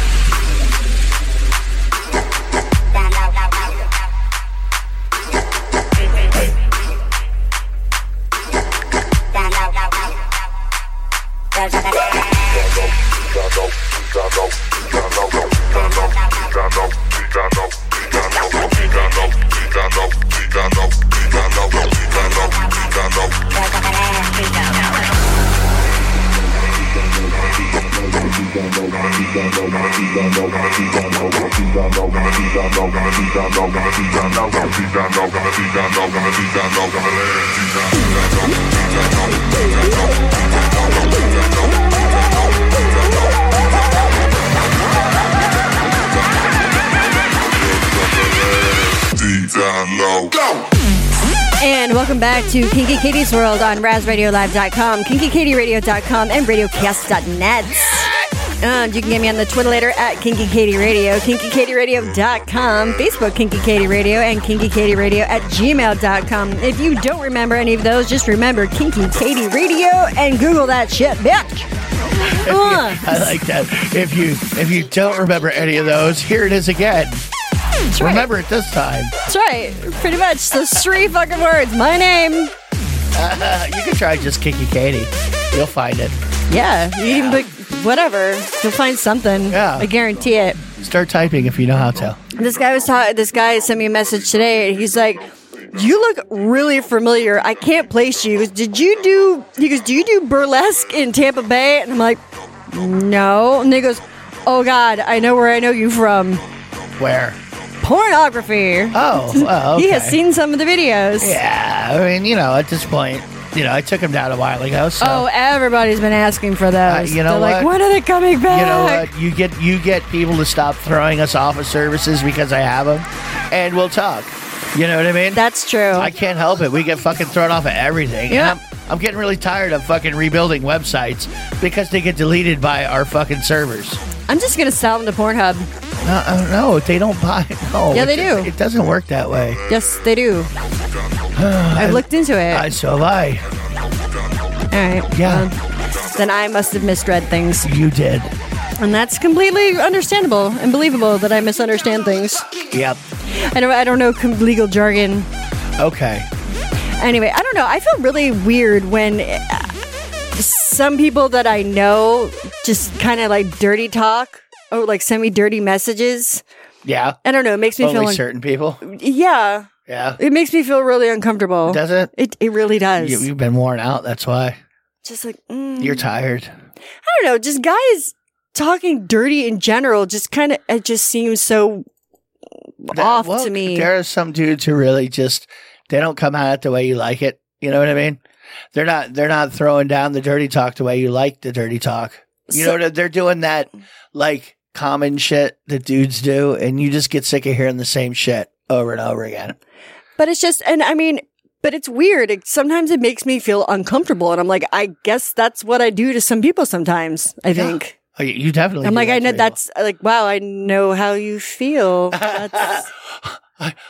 S4: And welcome back to Kinky Katie's World on RazRadioLive.com, KinkyKatieRadio.com, and RadioCast.net. And you can get me on the Twitter later at Kinky Katie Radio, KinkyKatieRadio.com, Facebook Kinky Katie Radio, and KinkyKatieRadio at gmail.com. If you don't remember any of those, just remember Kinky Katie Radio and Google that shit,
S5: <laughs>
S4: bitch. Uh,
S5: I like that. If you if you don't remember any of those, here it is again.
S4: that's right.
S5: Remember it this time.
S4: That's right. Pretty much those three fucking words. My name.
S5: Uh, you can try just Kiki Katie. You'll find it.
S4: Yeah. You can put whatever. You'll find something.
S5: Yeah.
S4: I guarantee it.
S5: Start typing if you know how to.
S4: This guy was talking. This guy sent me a message today, and he's like, "You look really familiar. I can't place you." He goes, "Did you do?" He goes, "Do you do burlesque in Tampa Bay?" And I'm like, "No." And he goes, "Oh God, I know where I know you from.
S5: Where?
S4: Pornography."
S5: Oh,
S4: <laughs>
S5: well,
S4: He has
S5: okay.
S4: seen some of the videos.
S5: Yeah, I mean, you know, at this point, you know, I took him down a while ago. So
S4: Oh, everybody's been asking for those.
S5: Uh, you know
S4: They're like,
S5: what?
S4: when are they coming back?
S5: you know what? You get you get people to stop throwing us off of services because I have them, and we'll talk. You know what I mean?
S4: That's true.
S5: I can't help it. We get fucking thrown off of everything. And
S4: Yeah.
S5: I'm, I'm getting really tired of fucking rebuilding websites because they get deleted by our fucking servers.
S4: I'm just gonna sell them to Pornhub.
S5: No, uh, no they don't buy. No,
S4: Yeah,
S5: it
S4: they
S5: just-
S4: do.
S5: It doesn't work that way.
S4: Yes, they
S5: <sighs>
S4: do. I've looked into it.
S5: I, Uh, so have I.
S4: All right.
S5: Yeah.
S4: well, then I must have misread things.
S5: You did.
S4: And that's completely understandable and believable that I misunderstand things.
S5: Yep.
S4: I don't, I don't know com- legal jargon.
S5: Okay.
S4: Anyway, I don't know. I feel really weird when uh, some people that I know just kind of like dirty talk or like send me dirty messages.
S5: Yeah.
S4: I don't know. It makes me feel
S5: Only
S4: like,
S5: certain people.
S4: yeah,
S5: Yeah.
S4: it makes me feel really uncomfortable.
S5: Does it?
S4: It, it really does.
S5: You, you've been worn out. That's why
S4: just like, mm.
S5: you're tired.
S4: I don't know, just guys talking dirty in general just kind of it just seems so off
S5: Well,
S4: to me.
S5: There are some dudes who really just they don't come at it the way you like it. You know what I mean? They're not they're not throwing down the dirty talk the way you like the dirty talk. You
S4: So-
S5: know what I- they're doing that like common shit that dudes do, and you just get sick of hearing the same shit over and over again.
S4: But it's just and I mean, but it's weird. It, sometimes it makes me feel uncomfortable and I'm like, I guess that's what I do to some people sometimes, I think.
S5: Oh, you- You definitely.
S4: I'm
S5: do
S4: like,
S5: that
S4: I
S5: to
S4: know
S5: people.
S4: that's like, wow, I know how you
S5: <laughs>
S4: feel. That's,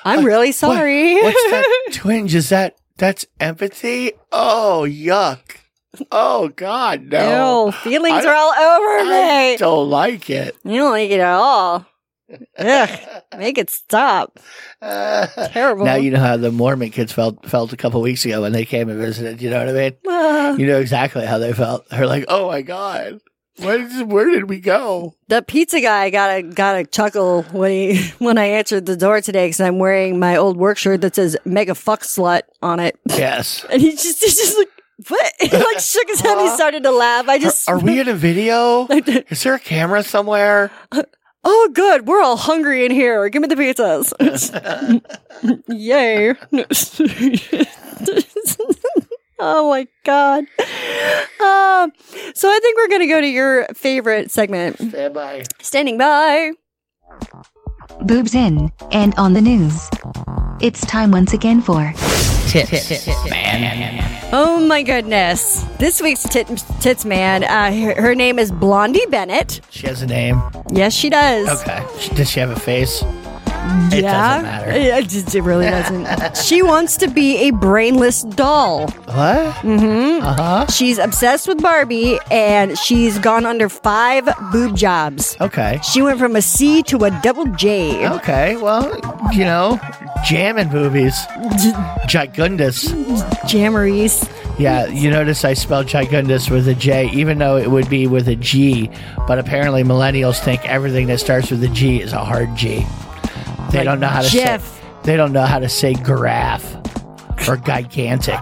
S4: I'm really
S5: What-
S4: sorry. <laughs>
S5: what's that twinge? Is that that's empathy? Oh yuck! Oh God,
S4: Ew,
S5: no!
S4: feelings
S5: I-
S4: are all over
S5: I
S4: me.
S5: don't like it.
S4: You don't like it at all. Ugh, make it
S5: <laughs>
S4: stop. Terrible.
S5: Now you know how the Mormon kids felt felt a couple weeks ago when they came and visited. You know what I mean?
S4: Ah,
S5: You know exactly how they felt. They're like, "Oh my God, what is, where did we go?"
S4: the pizza guy got a got a chuckle when he <laughs> when I answered the door today because I'm wearing my old work shirt that says "Mega Fuck Slut" on it, <laughs>
S5: Yes.
S4: and he just he's just like what? <laughs> He like shook his head. and He started to laugh. I
S5: Are,
S4: just <laughs>
S5: are we in a video? Is there a camera somewhere?
S4: oh good, we're all hungry in here. Give me the pizzas. <laughs> Yay! <laughs> oh my god. Um, so I think we're gonna go to your favorite segment.
S5: Stand by.
S4: Standing by.
S3: Boobs in, and on the news. It's time once again for
S4: Oh my goodness. This week's tit- tits man, uh, her, her name is Blondie Bennett.
S5: She has a name.
S4: Yes, she does.
S5: Okay. She- Does she have a face? It doesn't matter.
S4: Yeah, It, just- it really
S5: <laughs>
S4: doesn't. she wants to be a brainless doll.
S5: What?
S4: She's obsessed with Barbie and she's gone under five boob jobs.
S5: Okay.
S4: She went from a C to a double J.
S5: Okay. Well, you know, jamming
S4: <laughs>
S5: movies. Gigundus. <laughs>
S4: Jammeries.
S5: Yeah, you notice I spelled Gigundus with a J, even though it would be with a G. But apparently, millennials think everything that starts with a G is a hard G. They don't know how to
S4: Jeff.
S5: say. They don't know how to say giraffe or gigantic.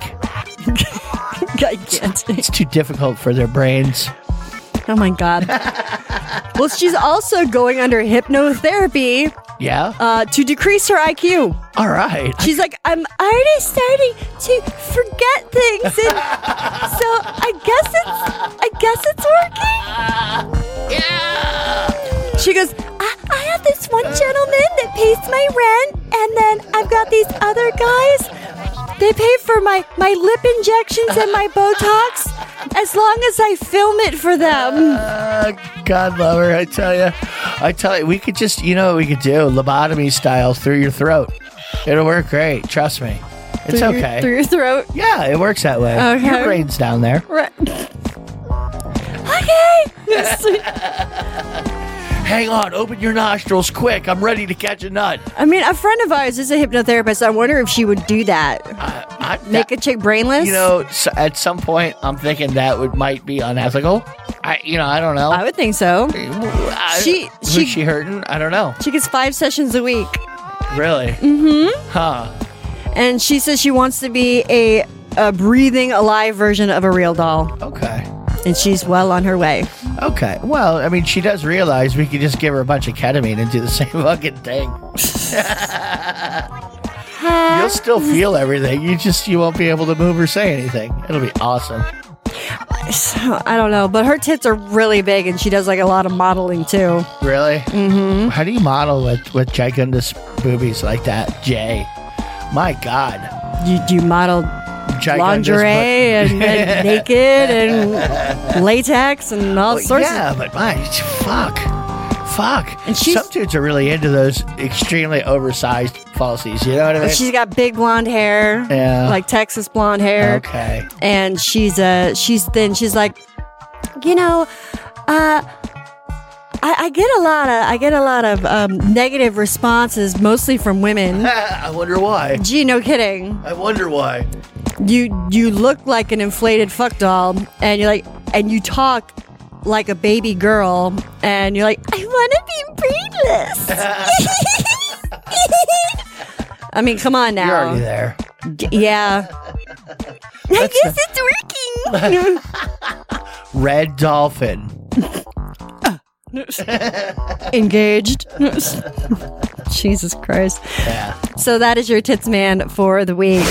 S4: Gigantic.
S5: It's too difficult for their brains.
S4: Oh my
S5: <laughs>
S4: God. well, she's also going under hypnotherapy
S5: Yeah.
S4: uh, to decrease her IQ.
S5: All right.
S4: She's like, I'm already starting to forget things, and so I guess it's, I guess it's working. She goes, I, I have this one gentleman that pays my rent, and then I've got these other guys. They pay for my my lip injections and my Botox, as long as I film it for them.
S5: Uh, God love her, I tell you. I tell you, we could just, you know what we could do? Lobotomy style through your throat. It'll work great. Trust me. It's
S4: Through your-
S5: okay.
S4: through your throat.
S5: yeah, it works that way.
S4: Okay.
S5: Your brain's down there.
S4: Right. <laughs>
S5: <laughs>
S4: okay.
S5: Hang on, open your nostrils quick. I'm ready to catch a nut.
S4: I mean, a friend of ours is a hypnotherapist. I wonder if she would do that.
S5: Uh, I, I,
S4: Make a chick brainless?
S5: you know, s at some point, I'm thinking that would might be unethical. I, you know, I don't know.
S4: I would think so.
S5: I-
S4: She-
S5: who's
S4: she-
S5: she hurting? I don't know.
S4: She gets five sessions a week.
S5: Really?
S4: Mm.
S5: Mm-hmm. Huh.
S4: And she says she wants to be a, a breathing, alive version of a real doll.
S5: Okay.
S4: And she's well on her way.
S5: Okay. Well, I mean, she does realize we could just give her a bunch of ketamine and do the <laughs> same fucking
S4: <laughs>
S5: thing. You'll still feel everything. You just you won't be able to move or say anything. It'll be awesome.
S4: I don't know, but her tits are really big and she does like a lot of modeling too.
S5: Really? Mm-hmm. How do you model with with gigundous boobies like that, Jay? My God,
S4: You do model
S5: gigundous
S4: lingerie
S5: boob-
S4: and,
S5: <laughs>
S4: and naked and latex and all
S5: Well,
S4: sorts of
S5: Oh, yeah, but my fuck, fuck.
S4: And she's-
S5: Some dudes are really into those extremely oversized falsies. You know what I mean?
S4: She's got big blonde hair,
S5: Yeah.
S4: like Texas blonde hair,
S5: okay. <laughs>
S4: and she's uh she's thin. She's like, you know, uh, I, I get a lot of I get a lot of um, negative responses, mostly from women.
S5: I wonder why.
S4: Gee, no kidding.
S5: I wonder why.
S4: You you look like an inflated fuck doll, and you're like, and you talk like a baby girl, and you're like, I want to be
S5: <laughs>
S4: brainless. <laughs> I mean, come on now.
S5: You're already there.
S4: D- Yeah. I guess it's
S5: Red dolphin.
S4: working. <laughs> Engaged. <laughs> Jesus Christ.
S5: Yeah.
S4: So that is your tits man for the week.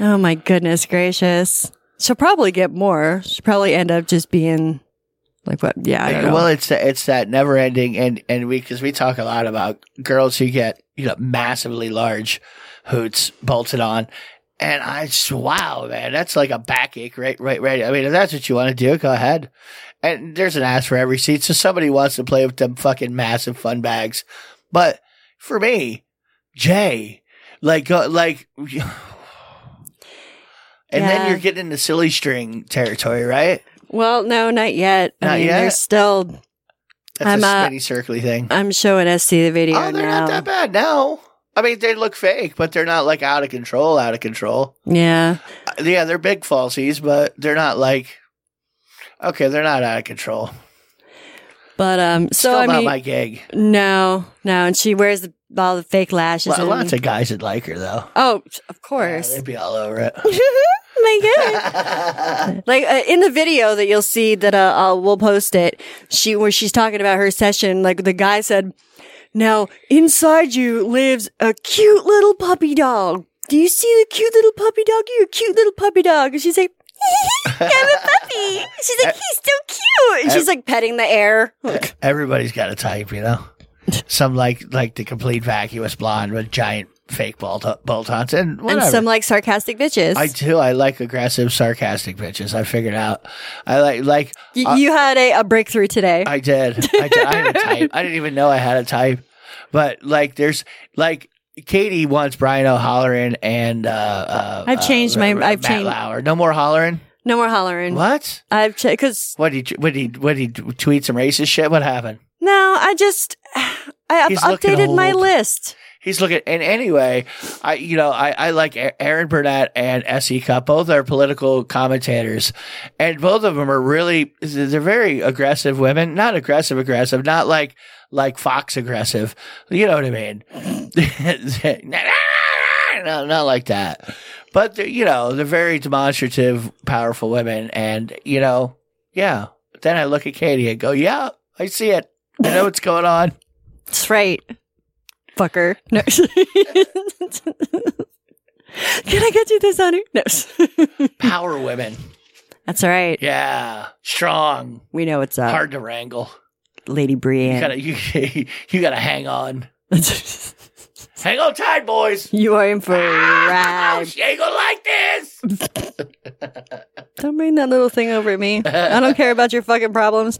S4: Oh my goodness gracious. She'll probably get more. She'll probably end up just being like what? Yeah. I don't know.
S5: Well, it's it's that never ending, and and we because we talk a lot about girls who get you know massively large hoots bolted on, and I just wow man, that's like a backache right right right. I mean, if that's what you want to do, go ahead. And there's an ass for every seat, so somebody wants to play with them fucking massive fun bags, but for <sighs> me, Jay, like go like. And
S4: Yeah.
S5: then you're getting into silly string territory, right?
S4: Well, no, not yet.
S5: Not
S4: I mean,
S5: yet?
S4: They're still.
S5: That's
S4: I'm,
S5: a
S4: uh,
S5: spinny circly thing.
S4: I'm showing SC the video
S5: oh, they're
S4: now.
S5: not that bad now. I mean, they look fake, but they're not like out of control, out of control.
S4: Yeah.
S5: Uh, Yeah, they're big falsies, but they're not like okay, they're not out of control.
S4: But um, so
S5: Still
S4: I
S5: not
S4: mean,
S5: my gig.
S4: no, no, and she wears the, all the fake lashes.
S5: Well,
S4: and-
S5: lots of guys would like her though.
S4: oh, of
S5: Yeah,
S4: course. <laughs> Oh
S5: they'd be all over it. <laughs>
S4: My God. like uh, in the video that you'll see that uh, I'll, we'll post it she where she's talking about her session like the guy said now inside you lives a cute little puppy dog do you see the cute little puppy dog you're a cute little puppy dog and she's like <laughs> i'm a puppy she's
S5: Eh.
S4: like he's so cute and she's like petting the air
S5: Everybody's got a type,
S4: <laughs>
S5: you know. Some like like the complete vacuous blonde with giant fake bolt bolt-ons and whatever.
S4: and some like sarcastic bitches
S5: I do. I like aggressive, sarcastic bitches. I figured out. I like like
S4: Y- you had a, a breakthrough today
S5: uh, I did. I, did. I had a type. I didn't even know I had a type. But like, there's like Katie wants Brian O'Halloran and uh, uh
S4: I've changed
S5: uh,
S4: my-
S5: R-
S4: I've
S5: Matt
S4: changed-
S5: Lauer. No more hollering.
S4: no more hollering
S5: What?
S4: i've because
S5: What did he? What did he? What did he tweet some racist shit? What happened?
S4: no i just <sighs> i've
S5: He's looking
S4: updated my
S5: old.
S4: list
S5: He's looking. And anyway, I you know I I like A- Aaron Burnett and S.E. Cup. Both are political commentators, and both of them are really they're very aggressive women. Not aggressive, aggressive. Not like like Fox aggressive. You know what I mean? <laughs> no, not like that. But they're, you know they're very demonstrative, powerful women, and you know yeah. Then I look at Katie and go, yeah, I see it. I know what's going on.
S4: That's right. Fucker. <laughs> No. Can I get you this, honey? No.
S5: Power women.
S4: <laughs> That's all right.
S5: Yeah, strong,
S4: We know it's up.
S5: hard to wrangle.
S4: Lady
S5: You
S4: Brienne.
S5: gotta, you, <laughs> you gotta hang on, hang on tight,
S4: <laughs>
S5: boys.
S4: you are in for a
S5: Oh,
S4: ride.
S5: she ain't gonna like this.
S4: <laughs> Don't bring that little thing over at me. I don't care about your fucking problems.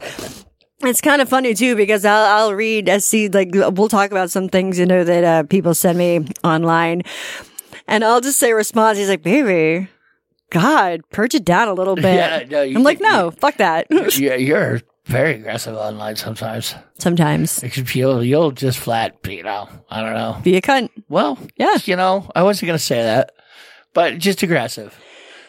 S4: It's kind of funny too because I'll, I'll read, I see, like we'll talk about some things you know that uh, people send me online, and I'll just say response. He's like, "Baby, God, perch it down a little bit."
S5: <laughs> Yeah, no, you-
S4: I'm like, "No, fuck that."
S5: Yeah, you're very aggressive online sometimes.
S4: <laughs> Sometimes
S5: You'll, you'll just flat, you know, I don't know.
S4: be a cunt.
S5: Well,
S4: Yeah.
S5: you know, I wasn't gonna say that, but just aggressive,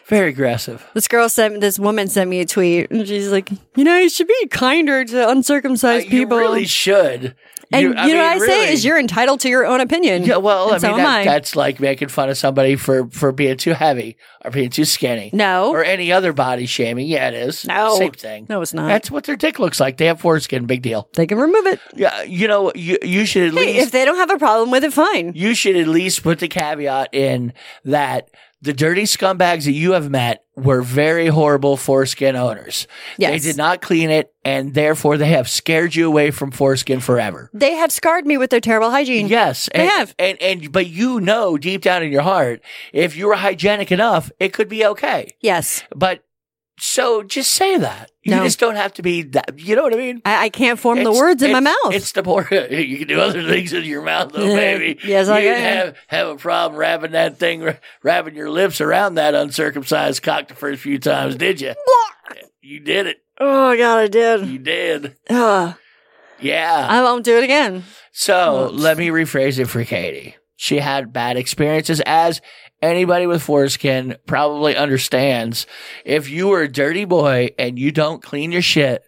S5: very aggressive.
S4: This girl sent this woman sent me a tweet, and she's like, "You know, you should be kinder to uncircumcised
S5: Uh, You
S4: people."
S5: really should.
S4: and you, know
S5: mean,
S4: what I say
S5: really.
S4: is, you're entitled to your own opinion.
S5: Yeah,
S4: And
S5: well, I mean,
S4: so am
S5: that,
S4: I.
S5: that's like making fun of somebody for for being too heavy or being too skinny.
S4: No.
S5: or any other body shaming. Yeah, it is.
S4: No.
S5: same thing.
S4: No, it's not.
S5: That's what their dick looks like. They have foreskin. Big deal.
S4: they can remove it.
S5: Yeah, you know, you you should at
S4: Hey,
S5: least
S4: if they don't have a problem with it, fine.
S5: you should at least put the caveat in that the dirty scumbags that you have met were very horrible foreskin owners.
S4: Yes.
S5: They did not clean it, and therefore they have scared you away from foreskin forever.
S4: They have scarred me with their terrible hygiene.
S5: Yes,
S4: They
S5: and,
S4: have.
S5: and and but you know deep down in your heart, if you were hygienic enough, it could be okay.
S4: Yes.
S5: But so just say that. You
S4: No.
S5: just don't have to be that. You know what I mean?
S4: I, I can't form the
S5: It's-
S4: words in my
S5: it's-
S4: mouth.
S5: It's the poor. <laughs> You can do other things with your mouth,
S4: <laughs>
S5: though,
S4: Yeah.
S5: baby.
S4: Yes, I
S5: you
S4: can.
S5: Have, have a problem wrapping that thing, ra- wrapping your lips around that uncircumcised cock the first few times, did you? You did it.
S4: oh God, I did.
S5: You did.
S4: Ugh.
S5: Yeah.
S4: I won't do it again.
S5: So let me rephrase it for Katie. She had bad experiences, as anybody with foreskin probably understands. If you were a dirty boy and you don't clean your shit,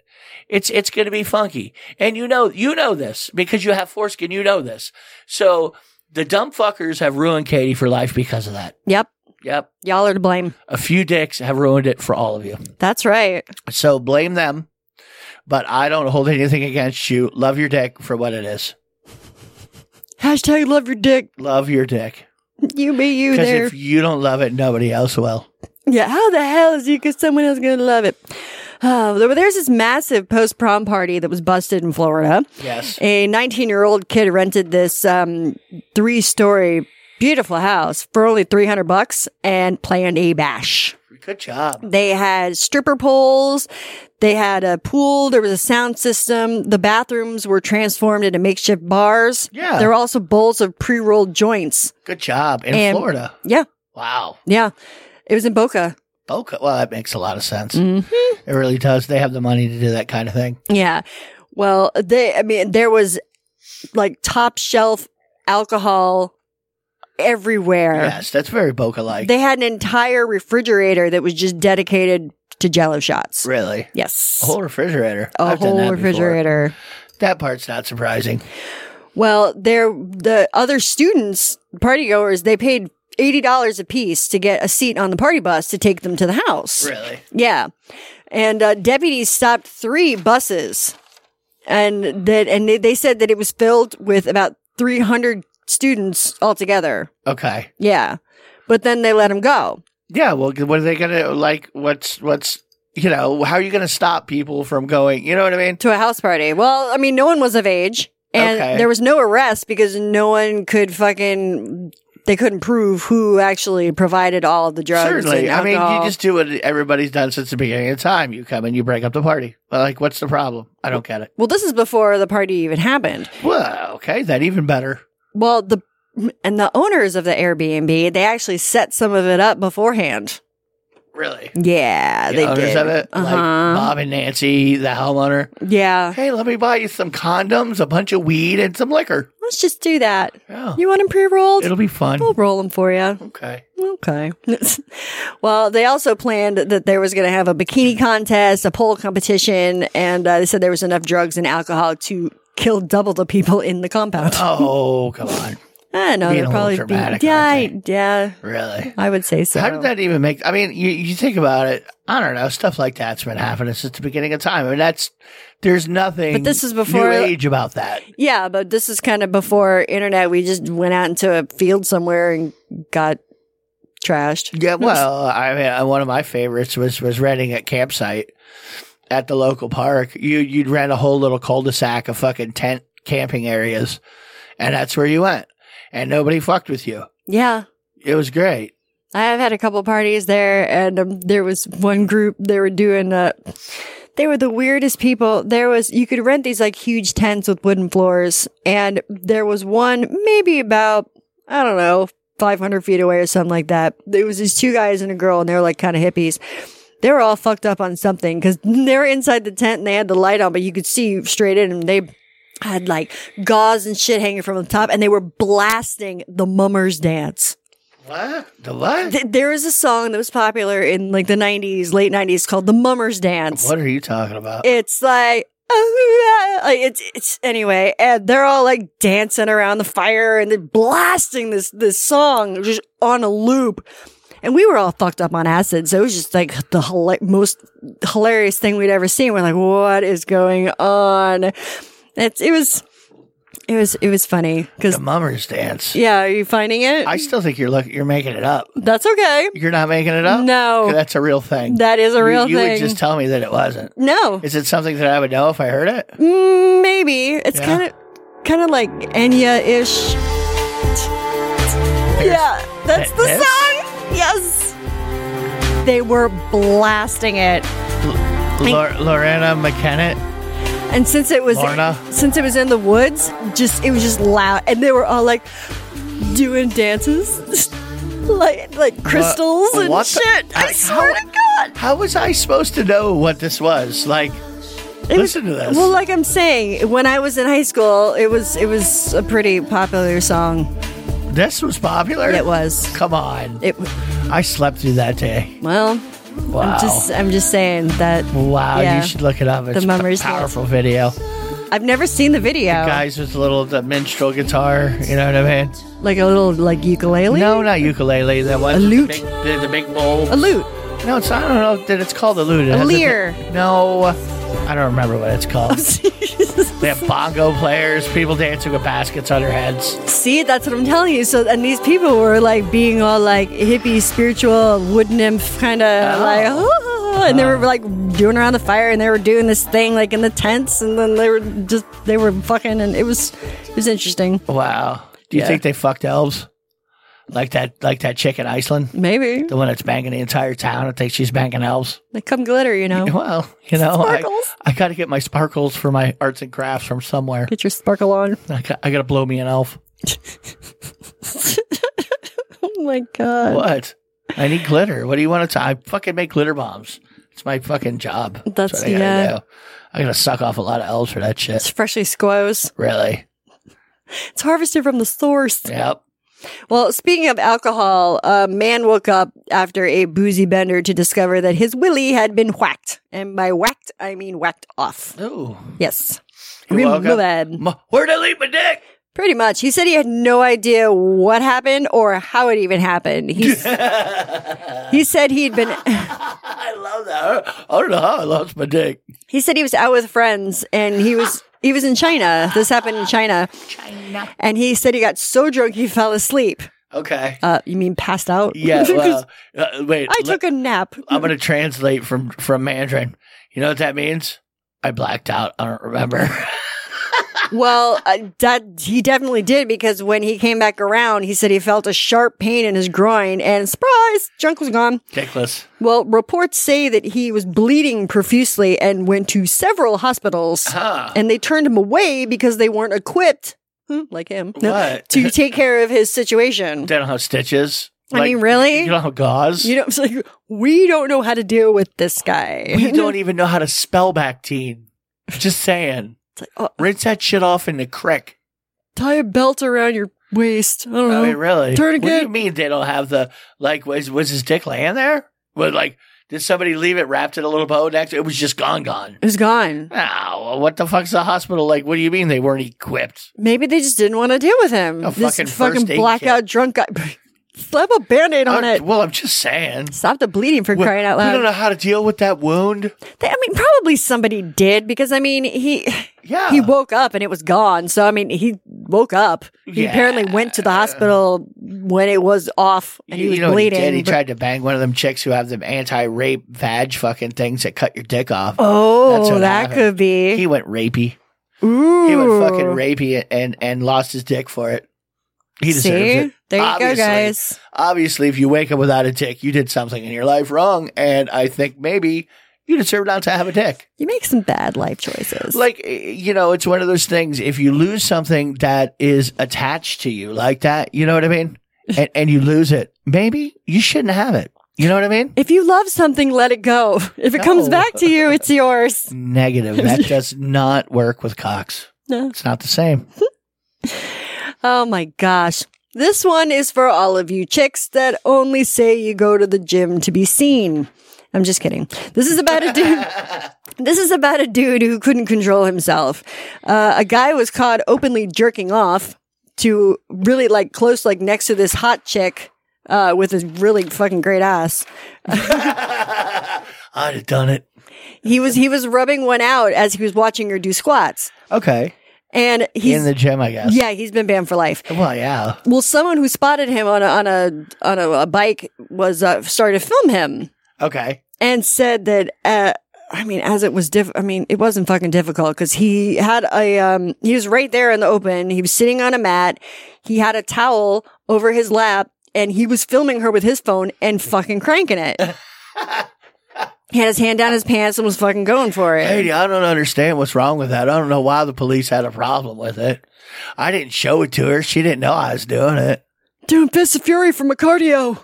S5: it's it's going to be funky, and you know you know this because you have foreskin. You know this. So the dumb fuckers have ruined Katie for life because of that.
S4: Yep.
S5: Yep,
S4: Y'all are to blame.
S5: a few dicks have ruined it for all of you.
S4: That's right.
S5: So blame them, but I don't hold anything against you. Love your dick for what it is.
S4: Hashtag love your dick.
S5: Love your dick.
S4: You be you
S5: Because
S4: there.
S5: if you don't love it, nobody else will.
S4: Yeah, how the hell is you? Because someone else gonna love it. Oh, there- there's this massive post prom party that was busted in Florida.
S5: Yes.
S4: A 19 year old kid rented this um, three story beautiful house for only 300 bucks and planned a bash.
S5: Good job.
S4: They had stripper poles. They had a pool. There was a sound system. The bathrooms were transformed into makeshift bars.
S5: Yeah.
S4: There were also bowls of pre rolled joints.
S5: Good job in
S4: And-
S5: Florida.
S4: Yeah.
S5: Wow.
S4: Yeah. It was in Boca.
S5: Boca. Well, that makes a lot of sense.
S4: Mm-hmm.
S5: It really does. They have the money to do that kind of thing.
S4: Yeah. Well, they, I mean, there was like top shelf alcohol everywhere.
S5: Yes, that's very Boca like.
S4: They had an entire refrigerator that was just dedicated to jello shots.
S5: Really?
S4: Yes.
S5: A whole refrigerator.
S4: A
S5: I've done that
S4: whole
S5: before.
S4: refrigerator.
S5: That part's not surprising.
S4: Well, there the other students, party goers, they paid eighty dollars a piece to get a seat on the party bus to take them to the house.
S5: Really?
S4: Yeah, and uh, deputies stopped three buses, and that and they- they said that it was filled with about three hundred students altogether.
S5: Okay.
S4: Yeah, but then they let them go.
S5: Yeah. Well, what are they gonna like? What's what's you know? How are you gonna stop people from going? You know what I mean?
S4: to a house party. Well, I mean, no one was of age, and
S5: Okay.
S4: there was no arrest because no one could fucking. They couldn't prove who actually provided all of the drugs.
S5: Certainly.
S4: and
S5: I mean,
S4: alcohol.
S5: you just do what everybody's done since the beginning of time. You come and you break up the party. Well, like, what's the problem? I don't get it.
S4: Well, this is before the party even happened.
S5: Well, okay, that even better.
S4: Well, the and the owners of the Airbnb they actually set some of it up beforehand.
S5: Really.
S4: Yeah,
S5: The
S4: they
S5: owners
S4: did.
S5: of it, like
S4: Uh-huh.
S5: Bob and Nancy, the homeowner.
S4: yeah,
S5: Hey, let me buy you some condoms, a bunch of weed, and some liquor.
S4: let's just do that.
S5: Yeah,
S4: You want them pre-rolled?
S5: it'll be fun.
S4: we'll roll them for you.
S5: Okay.
S4: Okay. <laughs> well, they also planned that there was going to have a bikini contest, a pole competition, and uh, they said there was enough drugs and alcohol to kill double the people in the compound.
S5: Oh, come on.
S4: I don't know. They're
S5: being a little
S4: probably
S5: dramatic,
S4: yeah,
S5: aren't
S4: I- yeah.
S5: Really?
S4: I would say so.
S5: How did that even make? I mean, you, you think about it. I don't know. Stuff like that's been happening since the beginning of time. I mean, that's there's nothing.
S4: But this is before-
S5: new age about that.
S4: yeah, but this is kind of before internet. We just went out into a field somewhere and got trashed.
S5: Yeah. Well, I mean, uh, one of my favorites was was renting a campsite at the local park. You you'd rent a whole little cul-de-sac of fucking tent camping areas, and that's where you went, and nobody fucked with you.
S4: Yeah.
S5: It was great.
S4: I have had a couple parties there, and um, there was one group they were doing. Uh, they were the weirdest people. There was you could rent these like huge tents with wooden floors, and there was one maybe about I don't know five hundred feet away or something like that. There was these two guys and a girl, and they were like kind of hippies. They were all fucked up on something because <laughs> they were inside the tent and they had the light on, but you could see straight in, and they had like gauze and shit hanging from the top, and they were blasting the mummers dance.
S5: What the what?
S4: Th- there was a song that was popular in like the 90s, late 90s called The Mummer's Dance.
S5: What are you talking about?
S4: It's like, oh, yeah, like, it's, it's anyway, and they're all like dancing around the fire and they're blasting this, this song just on a loop. And we were all fucked up on acid. So it was just like the hila- most hilarious thing we'd ever seen. We're like, what is going on? It's, it was, it was, it was funny because,
S5: the mummers dance.
S4: yeah, are you finding it?
S5: I still think you're look, you're making it up.
S4: That's okay.
S5: You're not making it up.
S4: No.
S5: that's a real thing.
S4: That is a
S5: You-
S4: real
S5: you,
S4: thing.
S5: would just tell me that it wasn't.
S4: no.
S5: Is it something that I would know if I heard it?
S4: Mm, maybe it's
S5: Yeah.
S4: kind of kind of like Enya ish. Yeah, that's the
S5: This?
S4: song. Yes, they were blasting it, Mm.
S5: Lor- Lorena McKenna.
S4: and since it was
S5: Lorna?
S4: since it was in the woods, just it was just loud, and they were all like doing dances, <laughs> like like crystals and
S5: what the-
S4: shit. I,
S5: I-
S4: swear
S5: how-
S4: to God.
S5: How was I supposed to know what this was? Like, listen to this.
S4: Well, like I'm saying, when I was in high school, it was it was a pretty popular song.
S5: this was popular.
S4: It was.
S5: Come on.
S4: It w-
S5: I slept through that day.
S4: well,
S5: Wow.
S4: I'm just I'm just saying that
S5: wow.
S4: yeah.
S5: You should look it up. It's
S4: Mummers Dance.
S5: a powerful video.
S4: I've never seen the video.
S5: Guys with little the minstrel guitar. You know what I mean?
S4: like a little like ukulele.
S5: No, not ukulele. That one.
S4: A lute.
S5: The big, the, the big bowl.
S4: a lute.
S5: No, it's. I don't know that it's called a lute. It
S4: A
S5: has
S4: lyre.
S5: no, I don't remember what
S4: <laughs>
S5: it's called. They have bongo players, people dancing with baskets on their heads.
S4: See, that's what I'm telling you. So, and these people were like being all like hippie, spiritual, wood nymph kind of
S5: Oh.
S4: like, "Oh," and they were like doing around the fire, and they were doing this thing like in the tents, and then they were just they were fucking, and it was it was interesting.
S5: Wow. Do you
S4: Yeah.
S5: think they fucked elves? Like that, like that chick in Iceland,
S4: Maybe
S5: the one that's banging the entire town. I think she's banging elves. <laughs>
S4: they come glitter, you know.
S5: Well, you know, I,
S4: Sparkles.
S5: I got to get my sparkles for my arts and crafts from somewhere.
S4: Get your sparkle on. <laughs>
S5: I got, I got to blow me an elf.
S4: Oh my god.
S5: What? I need glitter. What do you want to? T- I fucking make glitter bombs. It's my fucking job.
S4: That's-
S5: what I gotta
S4: yeah.
S5: do. I gotta suck off a lot of elves for that
S4: It's
S5: shit.
S4: freshly squoze.
S5: Really?
S4: It's harvested from the source.
S5: Yep.
S4: Well, speaking of alcohol, a man woke up after a boozy bender to discover that his willy had been whacked. And by whacked, I mean whacked off.
S5: Ooh.
S4: Yes.
S5: He woke
S4: Real
S5: up-
S4: bad.
S5: M- Where'd I leave my dick? <laughs>
S4: Pretty much. He said he had no idea what happened or how it even happened. He,
S5: <laughs>
S4: he said he'd been <laughs>
S5: I love that. I don't know how I lost my dick.
S4: he said he was out with friends and he was he was in China. This happened in China. China. And he said he got so drunk he fell asleep.
S5: Okay.
S4: Uh, you mean passed out? <laughs>
S5: Yeah. Well, uh, wait.
S4: I
S5: le-
S4: took a nap.
S5: I'm going to translate from from Mandarin. You know what that means? I blacked out. I don't remember. <laughs>
S4: Well, uh, that he definitely did because when he came back around, he said he felt a sharp pain in his groin and surprise, junk was gone.
S5: Dickless.
S4: Well, reports say that he was bleeding profusely and went to several hospitals
S5: Huh.
S4: and they turned him away because they weren't equipped, hmm, like him, no,
S5: What?
S4: to take care of his
S5: <laughs>
S4: situation.
S5: They don't have stitches.
S4: I mean, really?
S5: You don't have gauze.
S4: You know, it's like, we don't know how to deal with this guy.
S5: we don't even know how to spell back teen. Just saying.
S4: It's like, oh,
S5: Rinse that shit off in the crick.
S4: tie a belt around your waist. I don't know.
S5: I mean, Oh, really?
S4: Tourniquet.
S5: What do you mean they don't have the like? Was was his dick laying there? Was like did somebody leave it wrapped in a little bow next? It was just gone, gone.
S4: It was gone.
S5: Now, what the fuck's the hospital like? What do you mean they weren't equipped?
S4: Maybe they just didn't want to deal with him.
S5: A
S4: this
S5: fucking
S4: fucking
S5: first aid
S4: blackout
S5: kit. Uh,
S4: drunk guy. <laughs> Slap a band aid on
S5: I'm-
S4: it.
S5: Well, I'm just saying.
S4: Stop the bleeding for
S5: We-
S4: crying out
S5: We don't
S4: loud.
S5: know how to deal with that wound.
S4: They- I mean, probably somebody did because I mean, he
S5: Yeah.
S4: he woke up and it was gone. So I mean, he woke up. He apparently went to the hospital when it was off and he was
S5: know what
S4: bleeding.
S5: He, did? he
S4: but-
S5: tried to bang one of them chicks who have them anti-rape vag fucking things that cut your dick off. That's
S4: oh,
S5: what
S4: that
S5: happened.
S4: could be.
S5: He went rapey.
S4: Ooh.
S5: He went fucking rapey and, and, and lost his dick for it. He deserves
S4: See?
S5: it.
S4: There you
S5: Obviously.
S4: go, guys.
S5: Obviously, if you wake up without a dick, you did something in your life wrong, and I think maybe you deserve not to have a dick.
S4: You make some bad life choices.
S5: Like, eh, you know, it's one of those things. If you lose something that is attached to you like that, you know what
S4: <laughs>
S5: I mean? And, and you lose it, maybe you shouldn't have it. You know what I mean?
S4: if you love something, let it go. <laughs> If it comes
S5: No.
S4: back to you,
S5: <laughs>
S4: it's yours. <laughs>
S5: Negative. That does not work with cocks.
S4: No.
S5: It's not the same.
S4: Oh my gosh. This one is for all of you chicks that only say you go to the gym to be seen. I'm just kidding. This is about a
S5: <laughs>
S4: dude. This is about a dude who couldn't control himself. Uh, a guy was caught openly jerking off to really like close, like next to this hot chick uh, with his really fucking great ass.
S5: I'd have done it.
S4: He was he was rubbing one out as he was watching her do squats,
S5: Okay.
S4: and he's
S5: In the gym, I guess.
S4: yeah he's been banned for life.
S5: Well, yeah.
S4: Well, someone who spotted him on a on a on a, a bike was uh, started to film him
S5: Okay.
S4: and said that. Uh, I mean, as it was diff, I mean, it wasn't fucking difficult because he had a, um, he was right there in the open. He was sitting on a mat. He had a towel over his lap and he was filming her with his phone and fucking cranking it. he had his hand down his pants and was fucking going for it.
S5: Katie, I don't understand what's wrong with that. I don't know why the police had a problem with it. I didn't show it to her. She didn't know I was doing it.
S4: Doing Fist of Fury for my <laughs> cardio.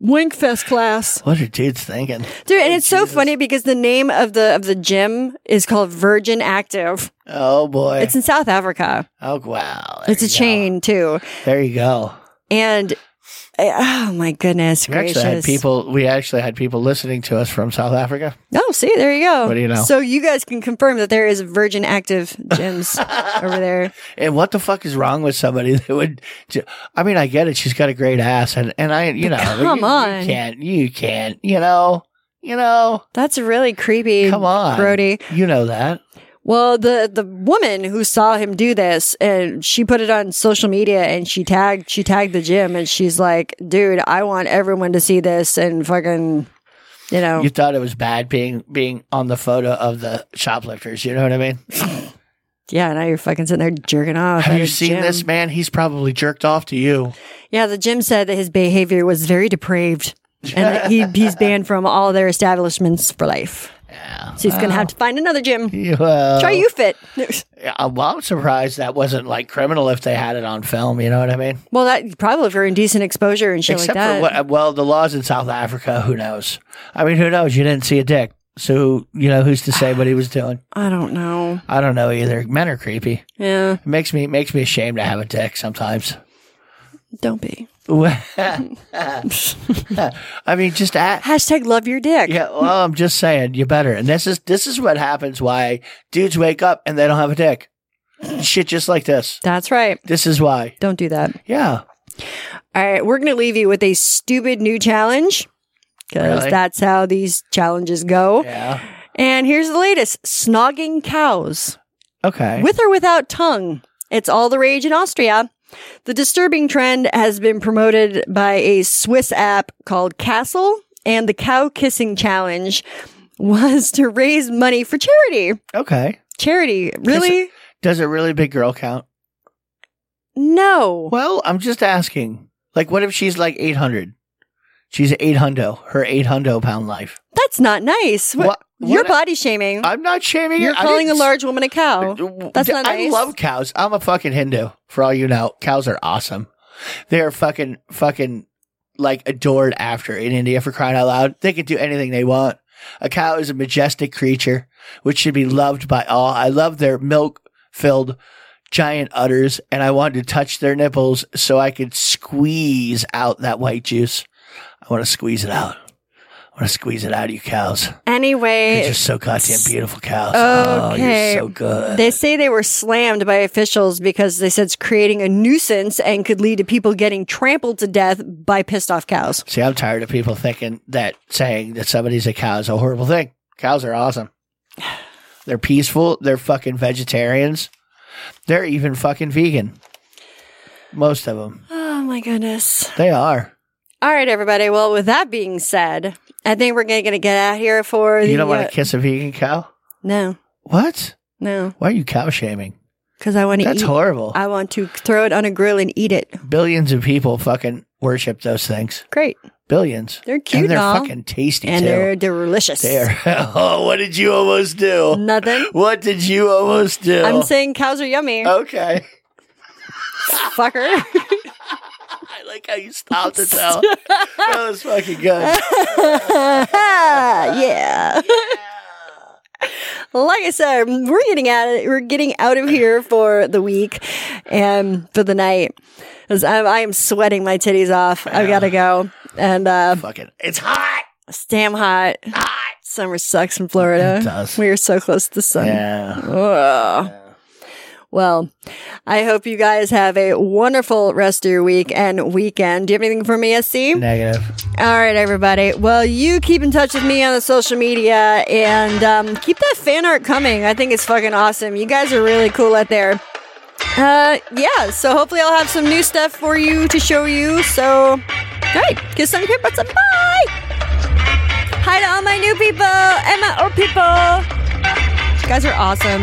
S4: Wink Fest class.
S5: What are dudes thinking?
S4: Dude, and it's so funny because the name of the of the gym is called Virgin Active.
S5: Oh boy.
S4: It's in South Africa.
S5: oh wow.
S4: it's a chain too.
S5: There you go.
S4: And uh, oh my goodness
S5: We
S4: gracious!
S5: actually had people we actually had people listening to us from South Africa.
S4: Oh, see, there you go.
S5: What do you know?
S4: So you guys can confirm that there is Virgin Active
S5: <laughs>
S4: gyms over there.
S5: And what the fuck is wrong with somebody <laughs> that would ju- I mean, I get it, she's got a great ass and, and I you know
S4: come
S5: you,
S4: on.
S5: you can't you can't, you know. You know.
S4: That's really creepy.
S5: Come on.
S4: Brody.
S5: You know that.
S4: Well, the the woman who saw him do this, and she put it on social media, and she tagged she tagged the gym, and she's like, "Dude, I want everyone to see this and fucking, you know,
S5: You thought it was bad being being on the photo of the shoplifters. You know what I mean?
S4: yeah." Now you're fucking sitting there jerking off.
S5: Have
S4: at
S5: you
S4: a
S5: seen
S4: gym.
S5: this man? He's probably jerked off to you.
S4: Yeah, the gym said that his behavior was very depraved, and that he he's banned from all their establishments for life.
S5: Yeah, Yeah.
S4: She's going to have to find another gym.
S5: Yeah, well,
S4: Try you fit.
S5: Yeah, uh, well, I'm surprised that wasn't like criminal if they had it on film. You know what I mean?
S4: <laughs> Well, that probably for indecent exposure and shit
S5: Except
S4: like that.
S5: for what? Well, the laws in South Africa. Who knows? I mean, who knows? You didn't see a dick, so you know who's to say what he was doing?
S4: I don't know.
S5: I don't know either. Men are creepy.
S4: Yeah,
S5: It makes me it makes me ashamed to have a dick sometimes. <laughs>
S4: don't be.
S5: I mean, just at
S4: Hashtag love your dick.
S5: yeah. Well, I'm just saying, you better. And this is this is what happens. Why dudes wake up and they don't have a dick? Shit, just like this.
S4: That's right.
S5: This is why.
S4: Don't do that.
S5: Yeah.
S4: All right, we're going to leave you with a stupid new challenge because
S5: Really?
S4: that's how these challenges go.
S5: Yeah.
S4: And here's the latest snogging cows.
S5: Okay.
S4: with or without tongue. It's all the rage in Austria. The disturbing trend has been promoted by a Swiss app called Castle, and the cow kissing challenge was to raise money for charity.
S5: okay.
S4: Charity, really?
S5: Does it really big girl count?
S4: No.
S5: Well, I'm just asking. Like, what if she's like 800? She's 800, her 800 pound life.
S4: That's not nice. What,
S5: What-
S4: You're
S5: what-
S4: body shaming.
S5: I'm not shaming
S4: You're
S5: her. I
S4: calling a
S5: didn't-
S4: large woman a cow. That's not
S5: I
S4: nice.
S5: love cows. I'm a fucking Hindu. For all you know, cows are awesome. They are fucking, fucking like adored after in India for crying out loud. They can do anything they want. A cow is a majestic creature which should be loved by all. I love their milk filled giant udders and I wanted to touch their nipples so I could squeeze out that white juice. I want to squeeze it out. I want to squeeze it out of you cows. You're
S4: Anyway,
S5: just so goddamn beautiful cows. Oh,
S4: Okay.
S5: you're so good.
S4: they say they were slammed by officials because they said it's creating a nuisance and could lead to people getting trampled to death by pissed off
S5: <sighs>
S4: cows.
S5: See, I'm tired of people thinking that saying that somebody's a cow is a horrible thing. Cows are awesome. They're peaceful. They're fucking vegetarians. They're even fucking vegan. Most of them.
S4: Oh my goodness.
S5: They are.
S4: All right, everybody. Well, with that being said, I think we're going to get out here for the.
S5: You don't want
S4: uh,
S5: to kiss a vegan cow?
S4: No,
S5: What?
S4: no,
S5: Why are you cow shaming?
S4: because I want to eat. uh,
S5: That's horrible.
S4: I want to throw it on a grill and eat it.
S5: Billions of people fucking worship those things.
S4: Great.
S5: Billions.
S4: They're cute
S5: And they're
S4: and all.
S5: fucking tasty
S4: And
S5: too.
S4: they're delicious.
S5: There. <laughs> oh, what did you almost do? <laughs>
S4: Nothing.
S5: What did you almost do?
S4: I'm saying cows are yummy.
S5: Oh. Okay.
S4: Fucker.
S5: I like how you stopped it though. that was fucking good. <laughs>
S4: yeah. Like I said, we're getting out of we're getting out of here for the week and for the night. 'Cause I'm, I am sweating my titties off. I've got to go. And uh,
S5: fucking, it's hot.
S4: it's damn hot. Summer sucks in Florida.
S5: It does.
S4: We are so close to the sun.
S5: Yeah.
S4: Ugh. Well, I hope you guys have a wonderful rest of your week and weekend. Do you have anything for me, SC?
S5: Negative.
S4: All right, everybody. Well, you keep in touch with me on the social media and um, keep that fan art coming. I think it's fucking awesome. You guys are really cool out there. Uh, yeah, so hopefully I'll have some new stuff for you to show you. So, all right, kiss on your pit butts and bye. Hi to all my new people and my old people. You guys are awesome.